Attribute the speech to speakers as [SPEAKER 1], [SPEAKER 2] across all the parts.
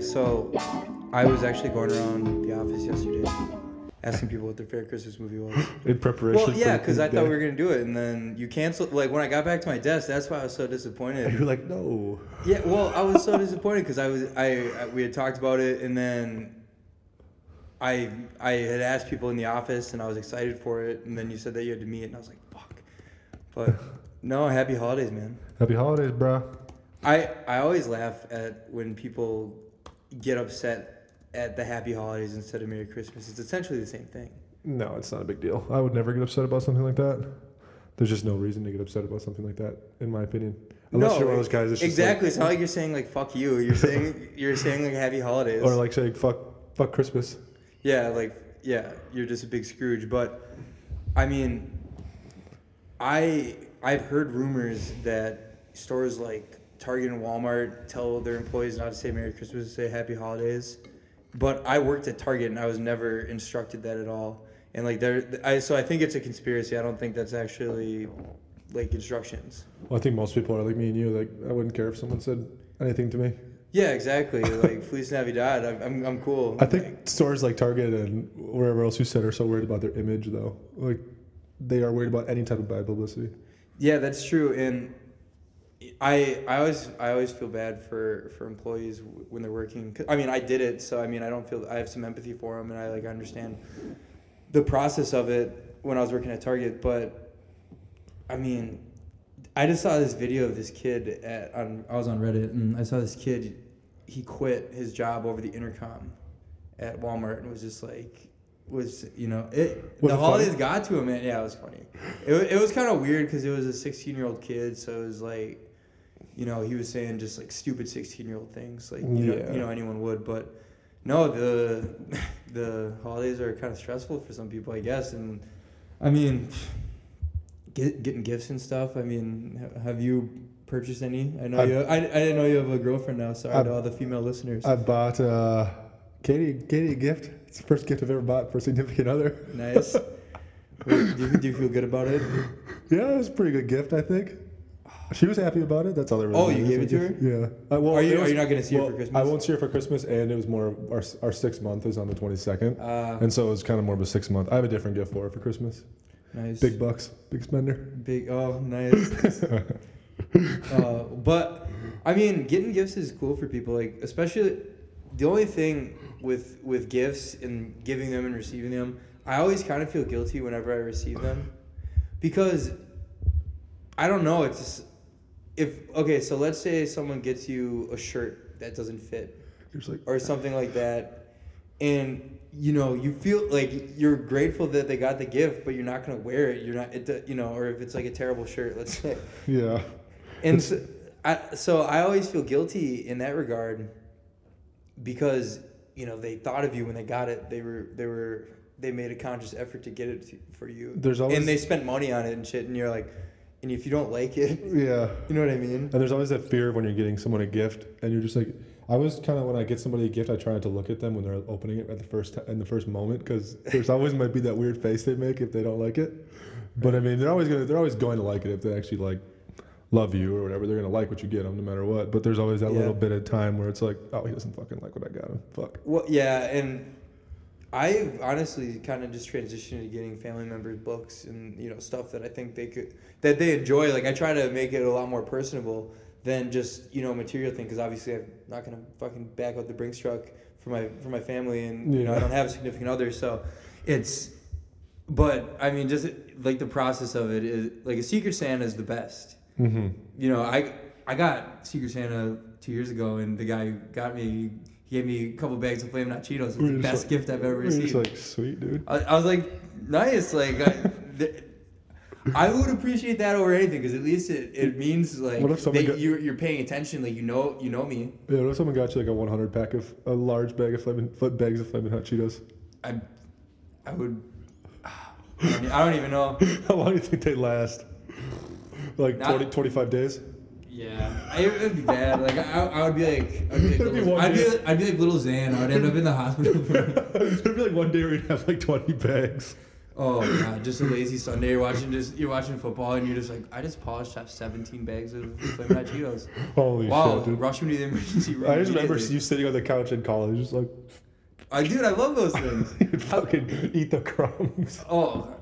[SPEAKER 1] So, I was actually going around the office yesterday asking people what their favorite Christmas movie was.
[SPEAKER 2] in preparation.
[SPEAKER 1] Well, yeah,
[SPEAKER 2] for
[SPEAKER 1] because
[SPEAKER 2] the
[SPEAKER 1] I thought we were
[SPEAKER 2] day.
[SPEAKER 1] gonna do it, and then you canceled. Like when I got back to my desk, that's why I was so disappointed.
[SPEAKER 2] You're like, no.
[SPEAKER 1] Yeah, well, I was so disappointed because I was I, I we had talked about it, and then I I had asked people in the office, and I was excited for it, and then you said that you had to meet, and I was like, fuck. But no, happy holidays, man.
[SPEAKER 2] Happy holidays, bro.
[SPEAKER 1] I I always laugh at when people get upset at the happy holidays instead of Merry Christmas. It's essentially the same thing.
[SPEAKER 2] No, it's not a big deal. I would never get upset about something like that. There's just no reason to get upset about something like that, in my opinion. Unless you're one of those guys that's just
[SPEAKER 1] exactly. it's not like you're saying like fuck you. You're saying you're saying like happy holidays.
[SPEAKER 2] Like, or like saying fuck, fuck Christmas.
[SPEAKER 1] Yeah, like yeah, you're just a big Scrooge. But I mean, I I've heard rumors that stores like Target and Walmart tell their employees not to say Merry Christmas, say Happy Holidays. But I worked at Target and I was never instructed that at all. And like there, I so I think it's a conspiracy. I don't think that's actually like instructions.
[SPEAKER 2] Well, I think most people are like me and you. Like, I wouldn't care if someone said anything to me.
[SPEAKER 1] Yeah, exactly. Like Feliz Navidad. I'm I'm, I'm cool.
[SPEAKER 2] I think stores like Target and wherever else you said are so worried about their image, though. Like, they are worried about any type of bad publicity.
[SPEAKER 1] Yeah, that's true, and I I always I always feel bad for for employees w- when they're working. 'Cause- I mean, I did it, so I mean, I don't feel I have some empathy for them, and I like understand the process of it when I was working at Target. But I mean, I just saw this video of this kid at on I was on Reddit, and I saw this kid. He quit his job over the intercom at Walmart and was just like was you know it the
[SPEAKER 2] Was it funny?
[SPEAKER 1] holidays got to him man yeah it was funny it, wa- it was kind of weird because it was a 16 year old kid so it was like you know he was saying just like stupid 16 year old things like you know
[SPEAKER 2] Yeah.
[SPEAKER 1] you know anyone would but no the the holidays are kind of stressful for some people i guess and i mean get, getting gifts and stuff i mean ha- have you purchased any i know
[SPEAKER 2] I-
[SPEAKER 1] you I, I didn't know you have a girlfriend now sorry
[SPEAKER 2] I-
[SPEAKER 1] to all the female listeners
[SPEAKER 2] I bought uh, Katie Katie a gift. It's the first gift I've ever bought for a significant other.
[SPEAKER 1] Nice. Wait, do, you, do you feel good about it?
[SPEAKER 2] Yeah, it was a pretty good gift, I think. She was happy about it. That's all that really
[SPEAKER 1] Oh, you
[SPEAKER 2] matters,
[SPEAKER 1] gave it
[SPEAKER 2] I
[SPEAKER 1] to
[SPEAKER 2] guess. Yeah. I, well,
[SPEAKER 1] Are you-
[SPEAKER 2] it
[SPEAKER 1] are you not gonna see her for Christmas?
[SPEAKER 2] I won't see her for Christmas, and it was more of our our sixth month is on the twenty second,
[SPEAKER 1] Uh,
[SPEAKER 2] and so it was kind of more of a six month. I have a different gift for her for Christmas.
[SPEAKER 1] nice.
[SPEAKER 2] Big bucks, big spender.
[SPEAKER 1] Big. Oh, nice. uh, but I mean, getting gifts is cool for people. Like, especially the only thing with with gifts and giving them and receiving them, I always kind of feel guilty whenever I receive them, because I don't know. It's just, if okay. So let's say someone gets you a shirt that doesn't fit.
[SPEAKER 2] You're just like,
[SPEAKER 1] or something like that and you know you feel like you're grateful that they got the gift but you're not going to wear it you're not it, do- you know or if it's like a terrible shirt let's say
[SPEAKER 2] yeah.
[SPEAKER 1] and so I, so I always feel guilty in that regard because you know they thought of you when they got it they were they were they made a conscious effort to get it to, for you
[SPEAKER 2] There's always-
[SPEAKER 1] and they spent money on it and shit and you're like and if you don't like it
[SPEAKER 2] Yeah.
[SPEAKER 1] you know what i mean
[SPEAKER 2] And there's always that fear of when you're getting someone a gift, and you're just like, I was kind of when I get somebody a gift, I try not to look at them when they're opening it at the first t- in the first moment, because there's always might be that weird face they make if they don't like it. But I mean, they're always gonna they're always going to like it if they actually like love you or whatever. They're gonna like what you get them no matter what. But there's always that
[SPEAKER 1] Yeah.
[SPEAKER 2] little bit of time where it's like, oh, he doesn't fucking like what I got him. Fuck.
[SPEAKER 1] Well, yeah, and I've honestly kind of just transitioned to getting family members books and you know stuff that I think they could that they enjoy. Like I try to make it a lot more personable than just you know a material thing because obviously I'm not gonna fucking back out the Brinks truck for my for my family and you know I
[SPEAKER 2] Yeah.
[SPEAKER 1] don't have a significant other, so it's. But I mean, just like the process of it is like a Secret Santa is the best
[SPEAKER 2] Mm-hmm.
[SPEAKER 1] you know, I I got Secret Santa two years ago, and the guy who got me he gave me a couple bags of Flamin' Hot Cheetos. It's
[SPEAKER 2] We're
[SPEAKER 1] the
[SPEAKER 2] just
[SPEAKER 1] best
[SPEAKER 2] like-
[SPEAKER 1] gift I've ever
[SPEAKER 2] You're
[SPEAKER 1] received.
[SPEAKER 2] just like, sweet dude.
[SPEAKER 1] I, I was like, nice. Like, I, th- I would appreciate that over anything because at least it, it means like
[SPEAKER 2] What if someone
[SPEAKER 1] that
[SPEAKER 2] got-
[SPEAKER 1] you're, you're paying attention. Like you know you know me.
[SPEAKER 2] Yeah, what if someone got you like a 100 pack of a large bag of flaming, bags of flaming hot Cheetos?
[SPEAKER 1] I I would. I don't, e, I don't even know.
[SPEAKER 2] How long do you think they last? Like
[SPEAKER 1] Not-
[SPEAKER 2] 20, 25 days?
[SPEAKER 1] Yeah, I, it would be bad. Like I, I would be like, I'd be like,
[SPEAKER 2] It'd be
[SPEAKER 1] little,
[SPEAKER 2] one
[SPEAKER 1] I'd, be,
[SPEAKER 2] day.
[SPEAKER 1] like- I'd be like little Zan. I'd end up in the hospital. for-
[SPEAKER 2] It'd be like one day we'd have like 20 bags.
[SPEAKER 1] Oh god, just a lazy Sunday. You're watching just you're watching football and you're just like, I just polished off 17 bags of Flamin' Hot Cheetos.
[SPEAKER 2] Holy
[SPEAKER 1] Wow,
[SPEAKER 2] shit, dude.
[SPEAKER 1] rush me to the emergency room.
[SPEAKER 2] I just remember
[SPEAKER 1] immediately.
[SPEAKER 2] you sitting on the couch in college, just like
[SPEAKER 1] I dude, I love those things.
[SPEAKER 2] you'd fucking eat the crumbs.
[SPEAKER 1] Oh.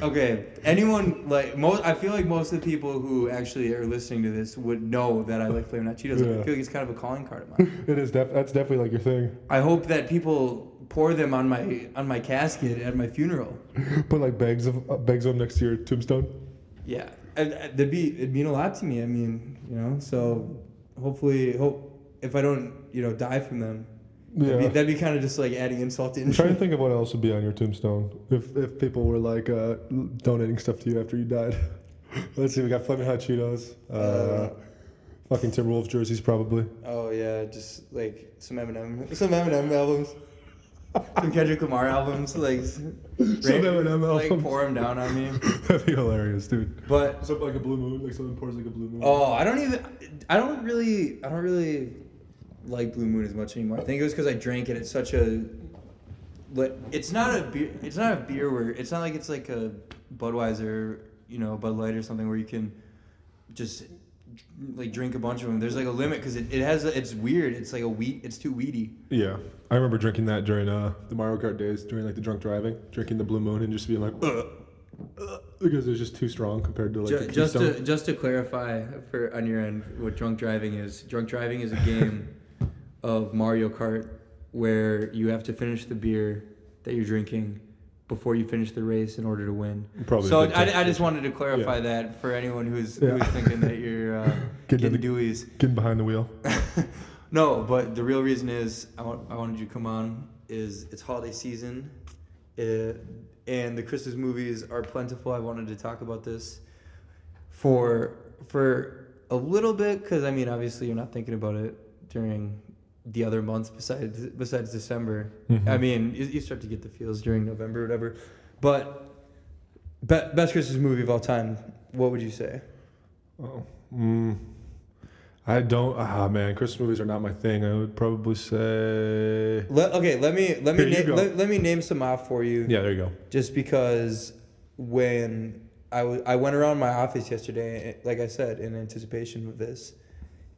[SPEAKER 1] Okay. Anyone like most? I feel like most of the people who actually are listening to this would know that I like Flamin' Hot Cheetos. I
[SPEAKER 2] Yeah.
[SPEAKER 1] feel like it's kind of a calling card of mine.
[SPEAKER 2] It is def- that's definitely like your thing.
[SPEAKER 1] I hope that people pour them on my on my casket at my funeral.
[SPEAKER 2] Put like bags of uh, bags of them next to your tombstone.
[SPEAKER 1] Yeah, and, and it'd be it'd mean a lot to me. I mean, you know, so hopefully, hope if I don't, you know, die from them,
[SPEAKER 2] Yeah.
[SPEAKER 1] that'd be, that'd be kind of just like adding insult to
[SPEAKER 2] I'm trying to
[SPEAKER 1] injury.
[SPEAKER 2] think of what else would be on your tombstone if, if people were like uh, donating stuff to you after you died. Let's see, we got Fleming Hot Cheetos, uh,
[SPEAKER 1] Uh,
[SPEAKER 2] fucking Timberwolves jerseys probably.
[SPEAKER 1] Oh yeah, just like some Eminem, some Eminem albums, some Kendrick Lamar albums, like s-
[SPEAKER 2] Some Eminem
[SPEAKER 1] like
[SPEAKER 2] albums.
[SPEAKER 1] pour them down on me.
[SPEAKER 2] That'd be hilarious, dude.
[SPEAKER 1] But
[SPEAKER 2] Something like a blue moon, like someone pours like a blue moon.
[SPEAKER 1] oh, I don't even, I don't really, I don't really like Blue Moon as much anymore. I think it was because I drank it at such a But it's not a beer. It's not a beer where it's not like it's like a Budweiser, you know, Bud Light or something where you can just like drink a bunch of them. There's like a limit because it, it has a, it's weird. It's like a wheat. It's too weedy.
[SPEAKER 2] Yeah, I remember drinking that during uh, the Mario Kart days, during like the drunk driving, drinking the blue moon and just being like, Ugh, ugh," because it was just too strong compared to like
[SPEAKER 1] Ju-
[SPEAKER 2] the
[SPEAKER 1] just to
[SPEAKER 2] Keystone.
[SPEAKER 1] just to clarify for on your end what drunk driving is. Drunk driving is a game of Mario Kart where you have to finish the beer that you're drinking before you finish the race in order to win.
[SPEAKER 2] Probably
[SPEAKER 1] so
[SPEAKER 2] a good
[SPEAKER 1] I, I just wanted to clarify that for anyone who's
[SPEAKER 2] Yeah.
[SPEAKER 1] who's thinking that you're uh,
[SPEAKER 2] Getting
[SPEAKER 1] getting
[SPEAKER 2] in
[SPEAKER 1] Dewey's.
[SPEAKER 2] getting behind the wheel.
[SPEAKER 1] no, but the real reason is I, want, I wanted you to come on is it's holiday season, uh, and the Christmas movies are plentiful. I wanted to talk about this for for a little bit because I mean obviously you're not thinking about it during the other months besides besides December. I mean you, you start to get the feels during November or whatever, but. Be- best Christmas movie of all time. What would you say?
[SPEAKER 2] Oh, mm, I don't. Ah, man, Christmas movies are not my thing. I would probably say.
[SPEAKER 1] Let, okay, let me let me
[SPEAKER 2] Here you
[SPEAKER 1] name
[SPEAKER 2] go.
[SPEAKER 1] let, let me name some off for you.
[SPEAKER 2] Yeah, there you go.
[SPEAKER 1] just because when I w- I went around my office yesterday, eh, like I said, in anticipation of this,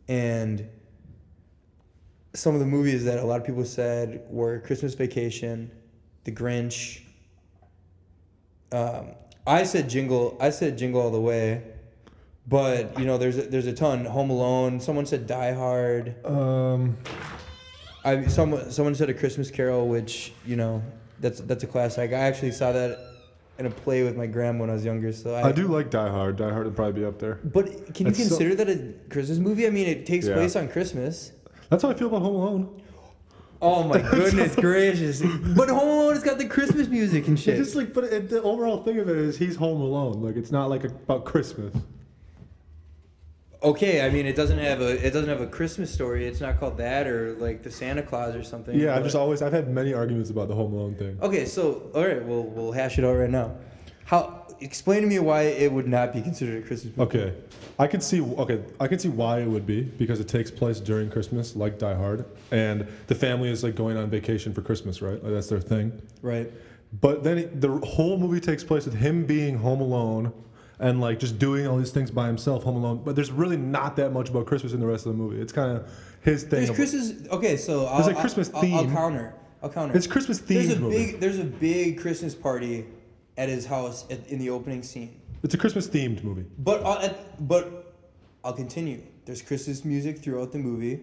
[SPEAKER 1] and some of the movies that a lot of people said were Christmas Vacation, The Grinch. Um, I said Jingle. I said Jingle all the way, but you know, there's a, there's a ton. Home Alone. Someone said Die Hard.
[SPEAKER 2] Um,
[SPEAKER 1] I someone someone said a Christmas Carol, which you know that's that's a classic. I actually saw that in a play with my grandma when I was younger. So I,
[SPEAKER 2] I do like Die Hard. Die Hard would probably be up there.
[SPEAKER 1] But can you
[SPEAKER 2] That's so-
[SPEAKER 1] consider that a Christmas movie? I mean, it takes
[SPEAKER 2] Yeah.
[SPEAKER 1] place on Christmas.
[SPEAKER 2] That's how I feel about Home Alone.
[SPEAKER 1] Oh my goodness gracious! But Home Alone has got the Christmas music and
[SPEAKER 2] It's
[SPEAKER 1] shit.
[SPEAKER 2] just like, but it, the overall thing of it is he's home alone. Like, it's not like about Christmas.
[SPEAKER 1] Okay, I mean, it doesn't have a it doesn't have a Christmas story. It's not called that or like the Santa Claus or something.
[SPEAKER 2] Yeah, I've
[SPEAKER 1] but-
[SPEAKER 2] just always I've had many arguments about the Home Alone thing.
[SPEAKER 1] Okay, so all right, we'll we'll hash it out right now. How explain to me why it would not be considered a Christmas movie?
[SPEAKER 2] Okay, I could see. Okay, I could see why it would be because it takes place during Christmas, like Die Hard, and the family is like going on vacation for Christmas, right? Like that's their thing.
[SPEAKER 1] Right.
[SPEAKER 2] But then it- the whole movie takes place with him being home alone and like just doing all these things by himself, home alone. But there's really not that much about Christmas in the rest of the movie. It's kind of his thing.
[SPEAKER 1] There's
[SPEAKER 2] of-
[SPEAKER 1] Christmas. Okay, so I'll,
[SPEAKER 2] There's a Christmas
[SPEAKER 1] I'll, I'll, I'll
[SPEAKER 2] theme.
[SPEAKER 1] counter. I'll counter.
[SPEAKER 2] It's Christmas
[SPEAKER 1] There's a
[SPEAKER 2] themed movie.
[SPEAKER 1] big. There's a big Christmas party at his house at, in the opening scene.
[SPEAKER 2] It's a Christmas themed movie.
[SPEAKER 1] But I'll, at, but I'll continue. There's Christmas music throughout the movie.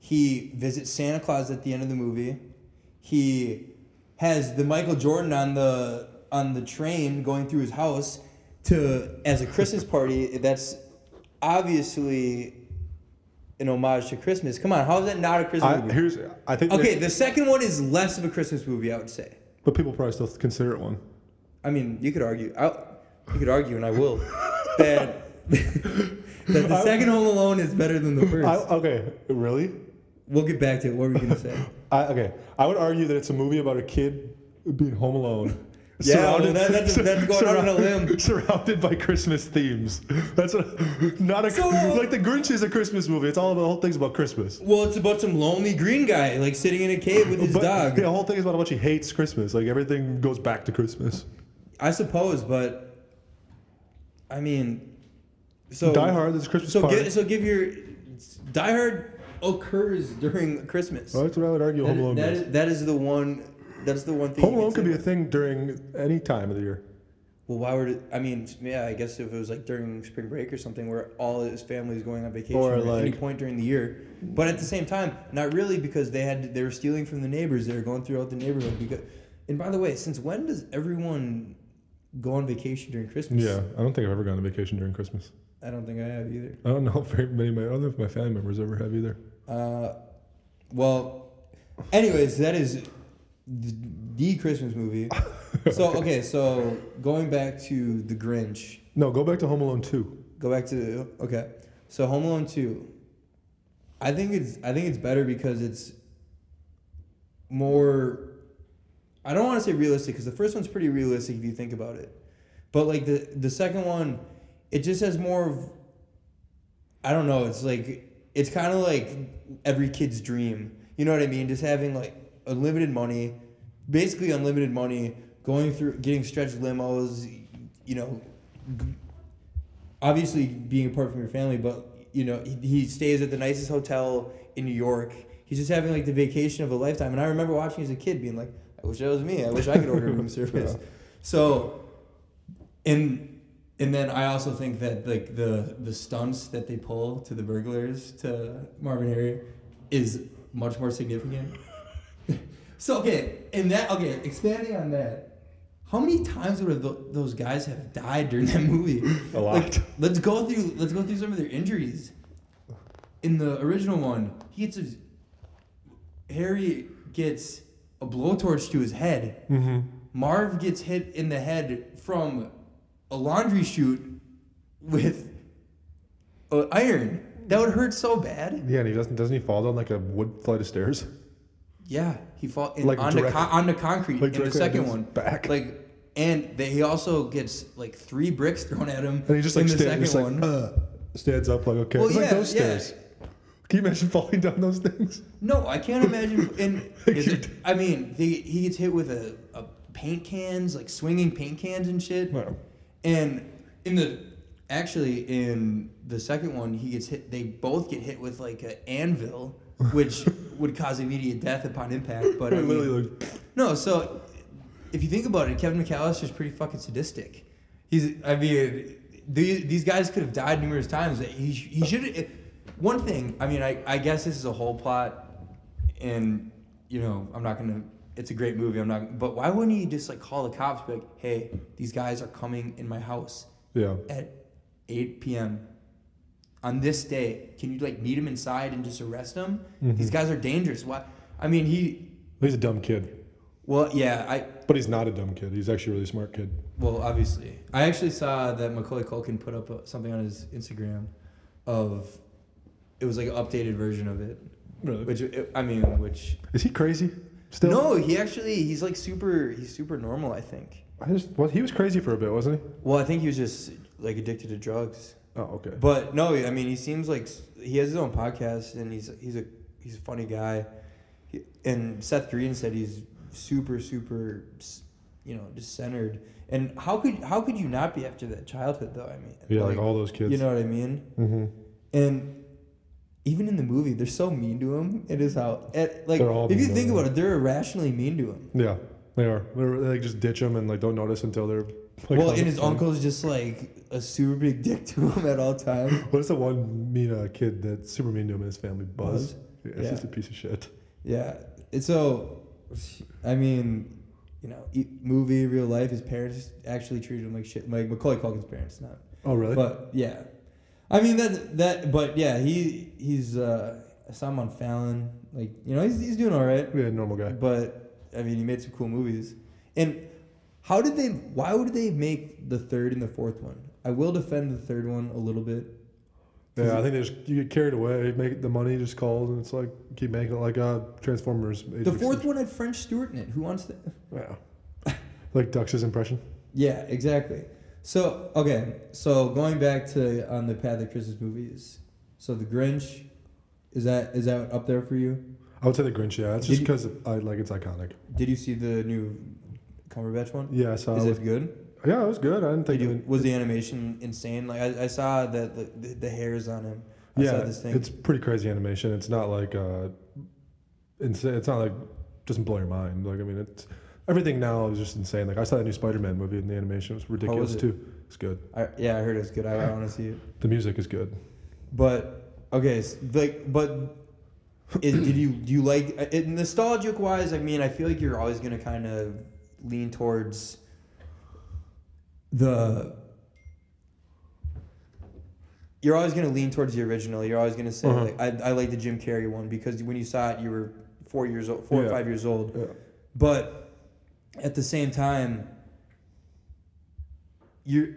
[SPEAKER 1] He visits Santa Claus at the end of the movie. He has the Michael Jordan on the on the train going through his house to as a Christmas party. That's obviously an homage to Christmas. Come on, how is that not a Christmas
[SPEAKER 2] I,
[SPEAKER 1] movie?
[SPEAKER 2] here's I think
[SPEAKER 1] Okay,
[SPEAKER 2] that-
[SPEAKER 1] the second one is less of a Christmas movie, I would say.
[SPEAKER 2] but people probably still consider it one.
[SPEAKER 1] I mean, you could argue. I, you could argue, and I will. That that the second Home Alone is better than the first.
[SPEAKER 2] I, okay, really?
[SPEAKER 1] we'll get back to it. What were we gonna say?
[SPEAKER 2] I, okay, I would argue that it's a movie about a kid being home alone
[SPEAKER 1] Yeah, well, that- that's-
[SPEAKER 2] sur-
[SPEAKER 1] that's going out on a
[SPEAKER 2] surround-
[SPEAKER 1] limb.
[SPEAKER 2] Surrounded by Christmas themes. That's what, not a
[SPEAKER 1] So-
[SPEAKER 2] like the Grinch is a Christmas movie. It's all the whole thing's about Christmas.
[SPEAKER 1] Well, it's about some lonely green guy like sitting in a cave with his
[SPEAKER 2] But,
[SPEAKER 1] dog.
[SPEAKER 2] Yeah, the whole thing is about how much he hates Christmas. Like everything goes back to Christmas.
[SPEAKER 1] I suppose, but I mean, so
[SPEAKER 2] Die Hard is a Christmas
[SPEAKER 1] So
[SPEAKER 2] part.
[SPEAKER 1] give, so give your Die Hard occurs during Christmas.
[SPEAKER 2] Well, that's what I would argue.
[SPEAKER 1] That-
[SPEAKER 2] Home Alone.
[SPEAKER 1] that
[SPEAKER 2] is.
[SPEAKER 1] is, that is the one. That's the one thing.
[SPEAKER 2] Home
[SPEAKER 1] you
[SPEAKER 2] Alone could be a
[SPEAKER 1] say.
[SPEAKER 2] thing during any time of the year.
[SPEAKER 1] Well, why would it, I mean? Yeah, I guess if it was like during spring break or something, where all his family is going on vacation
[SPEAKER 2] Or,
[SPEAKER 1] at any
[SPEAKER 2] like-
[SPEAKER 1] point during the year, but at the same time, not really because they had they were stealing from the neighbors. They were going throughout the neighborhood because. And by the way, since when does everyone go on vacation during Christmas?
[SPEAKER 2] Yeah, I don't think I've ever gone on vacation during Christmas.
[SPEAKER 1] I don't think I have either.
[SPEAKER 2] I don't know if very many of my, I don't know if my family members ever have either.
[SPEAKER 1] Uh, well, anyways, that is the, the Christmas movie. So okay, so going back to The Grinch,
[SPEAKER 2] No, go back to Home Alone 2.
[SPEAKER 1] go back to okay. So Home Alone two. I think it's I think it's better because it's more. I don't want to say realistic because the first one's pretty realistic if you think about it, but like the the second one, it just has more of. I don't know. It's like it's kind of like every kid's dream. You know what I mean? Just having like unlimited money, basically unlimited money, going through getting stretched limos, you know, obviously being apart from your family, but you know, he, he stays at the nicest hotel in New York. He's just having like the vacation of a lifetime. And I remember watching as a kid being like, I wish that was me. I wish I could order room service. So, and and then I also think that like the the stunts that they pull to the burglars to Marvin Harry is much more significant. so okay, and that okay, expanding on that. How many times would have tho- those guys have died during that movie?
[SPEAKER 2] A lot.
[SPEAKER 1] Like, let's go through. Let's go through some of their injuries. In the original one, he gets his, Harry gets a blowtorch to his head.
[SPEAKER 2] Mm-hmm.
[SPEAKER 1] Marv gets hit in the head from a laundry chute with uh, iron. That would hurt so bad.
[SPEAKER 2] Yeah, and he doesn't doesn't he fall down like a wood flight of stairs?
[SPEAKER 1] Yeah, he fall in,
[SPEAKER 2] Like
[SPEAKER 1] onto
[SPEAKER 2] direct-
[SPEAKER 1] con- onto concrete
[SPEAKER 2] like
[SPEAKER 1] in the
[SPEAKER 2] directly
[SPEAKER 1] second
[SPEAKER 2] into his
[SPEAKER 1] one.
[SPEAKER 2] back.
[SPEAKER 1] Like, and they, he also gets like three bricks thrown at him.
[SPEAKER 2] And he just like
[SPEAKER 1] in the
[SPEAKER 2] stands,
[SPEAKER 1] second
[SPEAKER 2] just like,
[SPEAKER 1] one.
[SPEAKER 2] uh, stands up like okay,
[SPEAKER 1] Well,
[SPEAKER 2] it's like
[SPEAKER 1] yeah,
[SPEAKER 2] those
[SPEAKER 1] yeah.
[SPEAKER 2] stairs. Can you imagine falling down those things?
[SPEAKER 1] No, I can't imagine. And is
[SPEAKER 2] You
[SPEAKER 1] it- I mean, they, he gets hit with a, a paint cans, like swinging paint cans and shit.
[SPEAKER 2] Wow.
[SPEAKER 1] And in the actually in the second one, he gets hit. They both get hit with like an anvil, which would cause immediate death upon impact. But I
[SPEAKER 2] It literally
[SPEAKER 1] mean-
[SPEAKER 2] looked-
[SPEAKER 1] no, so if you think about it, Kevin McAllister's pretty fucking sadistic. He's, I mean, these, these guys could have died numerous times. He, sh- he should. One thing, I mean, I, I guess this is a whole plot, and you know, I'm not gonna. It's a great movie. I'm not. But why wouldn't he just like call the cops? Be like, hey, these guys are coming in my house
[SPEAKER 2] yeah,
[SPEAKER 1] at 8 p.m. on this day. Can you like meet him inside and just arrest him?
[SPEAKER 2] Mm-hmm.
[SPEAKER 1] These guys are dangerous. Why? I mean, he.
[SPEAKER 2] he's a dumb kid,
[SPEAKER 1] Well, yeah, I.
[SPEAKER 2] but he's not a dumb kid. He's actually a really smart kid.
[SPEAKER 1] Well, obviously, I actually saw that Macaulay Culkin put up uh, something on his Instagram of it was like an updated version of it,
[SPEAKER 2] Really?
[SPEAKER 1] which it, I mean, which
[SPEAKER 2] Is he crazy? Still?
[SPEAKER 1] no, he actually he's like super he's super normal. I think.
[SPEAKER 2] I just well, he was crazy for a bit, wasn't he?
[SPEAKER 1] Well, I think he was just like addicted to drugs,
[SPEAKER 2] Oh, okay.
[SPEAKER 1] but no, I mean, he seems like s- he has his own podcast and he's he's a he's a funny guy, He- and Seth Green said he's super super. s- You know, just centered. And how could how could you not be after that childhood though? I mean,
[SPEAKER 2] yeah, like, all those kids.
[SPEAKER 1] You know what I mean?
[SPEAKER 2] mm-hmm.
[SPEAKER 1] And even in the movie, they're so mean to him. It is how, at, like,
[SPEAKER 2] They're all
[SPEAKER 1] if you
[SPEAKER 2] mean to
[SPEAKER 1] think
[SPEAKER 2] him.
[SPEAKER 1] about it, they're irrationally mean to him.
[SPEAKER 2] Yeah, they are. They're, they like just ditch him and like don't notice until they're. Like,
[SPEAKER 1] well,
[SPEAKER 2] on
[SPEAKER 1] and
[SPEAKER 2] the
[SPEAKER 1] his
[SPEAKER 2] phone.
[SPEAKER 1] uncle's just like a super big dick to him at all times.
[SPEAKER 2] What's the one mean uh, kid that's super mean to him and his family? Buzz.
[SPEAKER 1] Buzz?
[SPEAKER 2] Yeah, it's
[SPEAKER 1] Yeah.
[SPEAKER 2] just a piece of shit.
[SPEAKER 1] Yeah. And so, I mean, you know, e- movie, real life, his parents actually treated him like shit. Like Macaulay Culkin's parents, not
[SPEAKER 2] Oh, really?
[SPEAKER 1] But yeah, I mean that that. But yeah, he he's uh, I saw him on Fallon. Like you know, he's he's doing all right.
[SPEAKER 2] yeah, normal guy.
[SPEAKER 1] But I mean, he made some cool movies. And how did they? Why would they make the third and the fourth one? I will defend the third one a little bit.
[SPEAKER 2] Yeah, I think they just you get carried away. Make the money just calls, and it's like keep making it like uh Transformers.
[SPEAKER 1] The fourth one had French Stewart in it. Who wants that?
[SPEAKER 2] Yeah. Like Dux's impression.
[SPEAKER 3] Yeah, exactly. So okay, so going back to on the path of Christmas movies. So the Grinch, is that is that up there for you?
[SPEAKER 2] I would say the Grinch. Yeah, it's
[SPEAKER 3] Did
[SPEAKER 2] just because I like it's iconic.
[SPEAKER 3] Did you see the new Cumberbatch one?
[SPEAKER 2] Yeah, so
[SPEAKER 3] Is
[SPEAKER 2] I was,
[SPEAKER 3] it good?
[SPEAKER 2] yeah, it was good. I didn't
[SPEAKER 1] Did
[SPEAKER 2] think.
[SPEAKER 1] you,
[SPEAKER 2] it,
[SPEAKER 1] was the animation insane? Like I, I saw that like, the, the hairs on him. I
[SPEAKER 2] yeah,
[SPEAKER 1] saw this thing.
[SPEAKER 2] it's pretty crazy animation. It's not like uh, insane. It's not like doesn't blow your mind. Like I mean, it's everything now is just insane. Like I saw that new Spider-Man movie and the animation was ridiculous
[SPEAKER 1] it?
[SPEAKER 2] too. It's good.
[SPEAKER 1] I, yeah, I heard it's good. I, I want to see it.
[SPEAKER 2] The music is good.
[SPEAKER 1] But okay, s- like, but is, did you do you like uh, it, nostalgic wise? I mean, I feel like you're always gonna kind of lean towards the. You're always gonna lean towards the original. You're always gonna say
[SPEAKER 2] Uh-huh.
[SPEAKER 1] like, I, I like the Jim Carrey one because when you saw it, you were four years old, four or
[SPEAKER 2] Yeah.
[SPEAKER 1] five years old.
[SPEAKER 2] Yeah.
[SPEAKER 1] But at the same time, you're.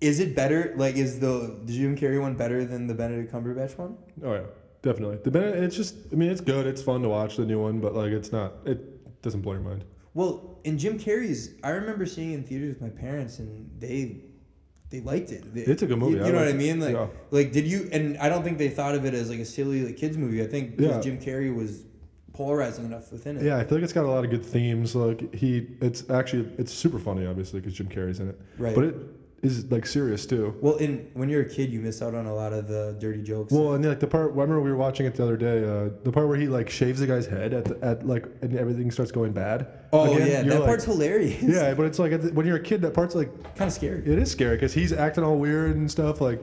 [SPEAKER 1] Is it better? Like, is the, the Jim Carrey one better than the Benedict Cumberbatch one?
[SPEAKER 2] Oh yeah, definitely. The Ben- it's just I mean it's good. It's fun to watch the new one, but like it's not. It doesn't blow your mind.
[SPEAKER 1] Well, in Jim Carrey's, I remember seeing it in theaters with my parents, and they they liked it. They-
[SPEAKER 2] It's a good movie.
[SPEAKER 1] You,
[SPEAKER 2] I
[SPEAKER 1] you know what I
[SPEAKER 2] like-
[SPEAKER 1] mean? Like,
[SPEAKER 2] yeah.
[SPEAKER 1] like did you? And I don't think they thought of it as like a silly like kids movie. I think 'cause
[SPEAKER 2] Yeah.
[SPEAKER 1] Jim Carrey was polarizing enough within it.
[SPEAKER 2] Yeah, I feel like it's got a lot of good themes. Like he, it's actually it's super funny, obviously, because Jim Carrey's in it.
[SPEAKER 1] Right.
[SPEAKER 2] But it is like serious too.
[SPEAKER 1] Well, in when you're a kid, you miss out on a lot of the dirty jokes.
[SPEAKER 2] Well, and like the part I remember we were watching it the other day. Uh, the part where he like shaves the guy's head at the, at like and everything starts going bad.
[SPEAKER 1] oh
[SPEAKER 2] again,
[SPEAKER 1] yeah,
[SPEAKER 2] you're
[SPEAKER 1] that
[SPEAKER 2] like-
[SPEAKER 1] part's hilarious.
[SPEAKER 2] Yeah, but it's like at the- when you're a kid, that part's like
[SPEAKER 1] kind of scary.
[SPEAKER 2] it is scary because he's acting all weird and stuff. Like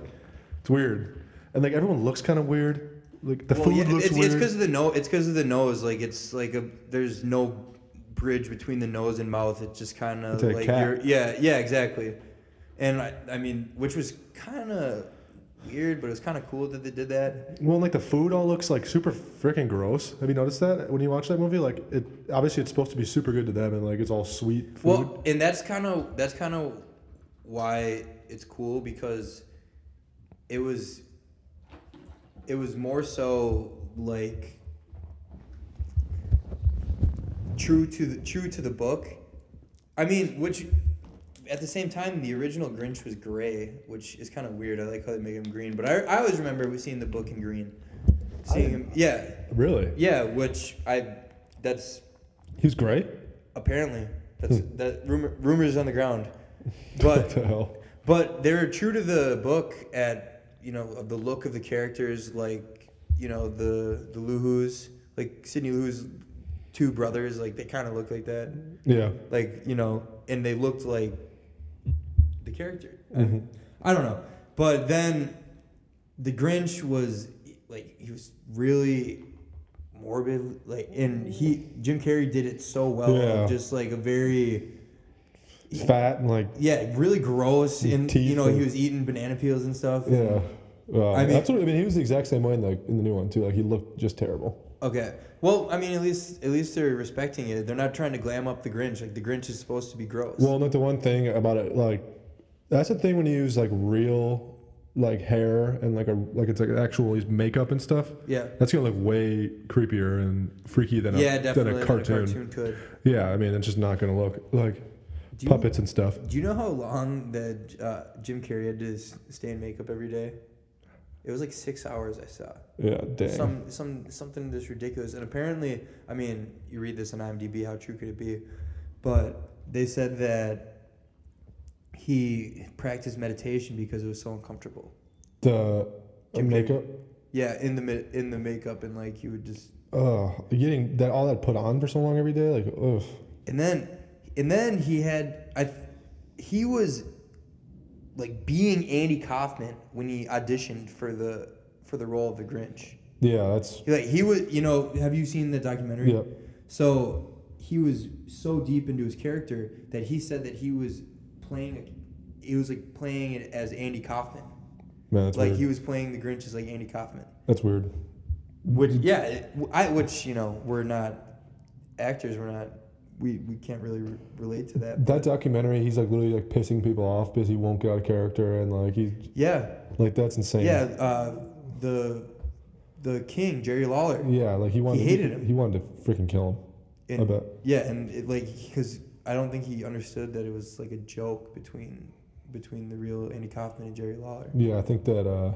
[SPEAKER 2] it's weird, and like everyone looks kind of weird. Like the
[SPEAKER 1] Well,
[SPEAKER 2] food
[SPEAKER 1] yeah,
[SPEAKER 2] looks
[SPEAKER 1] it's,
[SPEAKER 2] weird.
[SPEAKER 1] It's because of the nose. It's because of the nose. Like it's like a there's no bridge between the nose and mouth. It's just kind of
[SPEAKER 2] It's like a
[SPEAKER 1] like
[SPEAKER 2] cat.
[SPEAKER 1] you're, yeah, yeah, exactly. And I, I mean, which was kind of weird, but it was kind of cool that they did that.
[SPEAKER 2] Well, and, like the food all looks like super freaking gross. Have you noticed that when you watch that movie? Like it obviously it's supposed to be super good to them, and like it's all sweet food.
[SPEAKER 1] Well, and that's kind of that's kind of why it's cool because it was it was more so like true to the true to the book. I mean, which at the same time the original Grinch was gray, which is kind of weird. I like how they make him green, but I, I always remember we seeing the book in green. Seeing him, yeah,
[SPEAKER 2] really,
[SPEAKER 1] yeah, which I that's
[SPEAKER 2] he's great.
[SPEAKER 1] apparently that's that rumor, rumors on the ground. But
[SPEAKER 2] what the hell?
[SPEAKER 1] but they were true to the book at you know of the look of the characters, like you know the the Luhu's, like Sidney Luhu's two brothers, like they kind of look like that,
[SPEAKER 2] Yeah,
[SPEAKER 1] like you know, and they looked like the character.
[SPEAKER 2] Mhm.
[SPEAKER 1] I don't know, but then the Grinch was like he was really morbid, like and he Jim Carrey did it so well, of
[SPEAKER 2] Yeah.
[SPEAKER 1] just like a very.
[SPEAKER 2] he's fat and like
[SPEAKER 1] Yeah, really gross,
[SPEAKER 2] With
[SPEAKER 1] and
[SPEAKER 2] teeth
[SPEAKER 1] you know he
[SPEAKER 2] and-
[SPEAKER 1] was eating banana peels and stuff.
[SPEAKER 2] yeah. Wow.
[SPEAKER 1] I mean-
[SPEAKER 2] that's what I mean. He was the exact same way in the in the new one too. Like he looked just terrible.
[SPEAKER 1] Okay. Well, I mean, at least at least they're respecting it. They're not trying to glam up the Grinch. Like the Grinch is supposed to be gross.
[SPEAKER 2] Well, not the one thing about it. Like that's the thing when you use like real like hair and like a like it's like actual makeup and stuff.
[SPEAKER 1] yeah.
[SPEAKER 2] That's gonna look way creepier and freaky than a,
[SPEAKER 1] Yeah, definitely.
[SPEAKER 2] than
[SPEAKER 1] than
[SPEAKER 2] a cartoon.
[SPEAKER 1] could.
[SPEAKER 2] Yeah, I mean it's just not gonna look like
[SPEAKER 1] Do you-
[SPEAKER 2] puppets and stuff.
[SPEAKER 1] Do you know how long that uh, Jim Carrey had to s- stay in makeup every day? It was like six hours. I saw
[SPEAKER 2] Yeah, dang.
[SPEAKER 1] some some something this ridiculous. And apparently, I mean, you read this on IMDb. How true could it be? But they said that he practiced meditation because it was so uncomfortable.
[SPEAKER 2] the
[SPEAKER 1] Jim Carrey.
[SPEAKER 2] makeup.
[SPEAKER 1] Yeah, in the mi- in the makeup and like he would just
[SPEAKER 2] Ugh, getting that all that put on for so long every day, like ugh.
[SPEAKER 1] and then and then he had I th- he was like being Andy Kaufman when he auditioned for the for the role of the Grinch.
[SPEAKER 2] Yeah, that's
[SPEAKER 1] He, like he was, you know, have you seen the documentary?
[SPEAKER 2] Yep.
[SPEAKER 1] So he was so deep into his character that he said that he was playing it was like playing it as Andy Kaufman.
[SPEAKER 2] man, that's
[SPEAKER 1] like
[SPEAKER 2] weird.
[SPEAKER 1] he was playing the Grinch as like Andy Kaufman.
[SPEAKER 2] that's weird.
[SPEAKER 1] Which yeah, it- I which you know we're not actors. We're not we we can't really re- relate to that.
[SPEAKER 2] That documentary, he's like literally like pissing people off because he won't get out of character and like he's
[SPEAKER 1] Yeah,
[SPEAKER 2] like that's insane.
[SPEAKER 1] yeah. Uh, the the king Jerry Lawler.
[SPEAKER 2] Yeah, like he wanted
[SPEAKER 1] He hated him.
[SPEAKER 2] He wanted to freaking kill him.
[SPEAKER 1] And,
[SPEAKER 2] I bet.
[SPEAKER 1] Yeah, and it, like because I don't think he understood that it was like a joke between between the real Andy Kaufman and Jerry Lawler.
[SPEAKER 2] Yeah, I think that. Uh,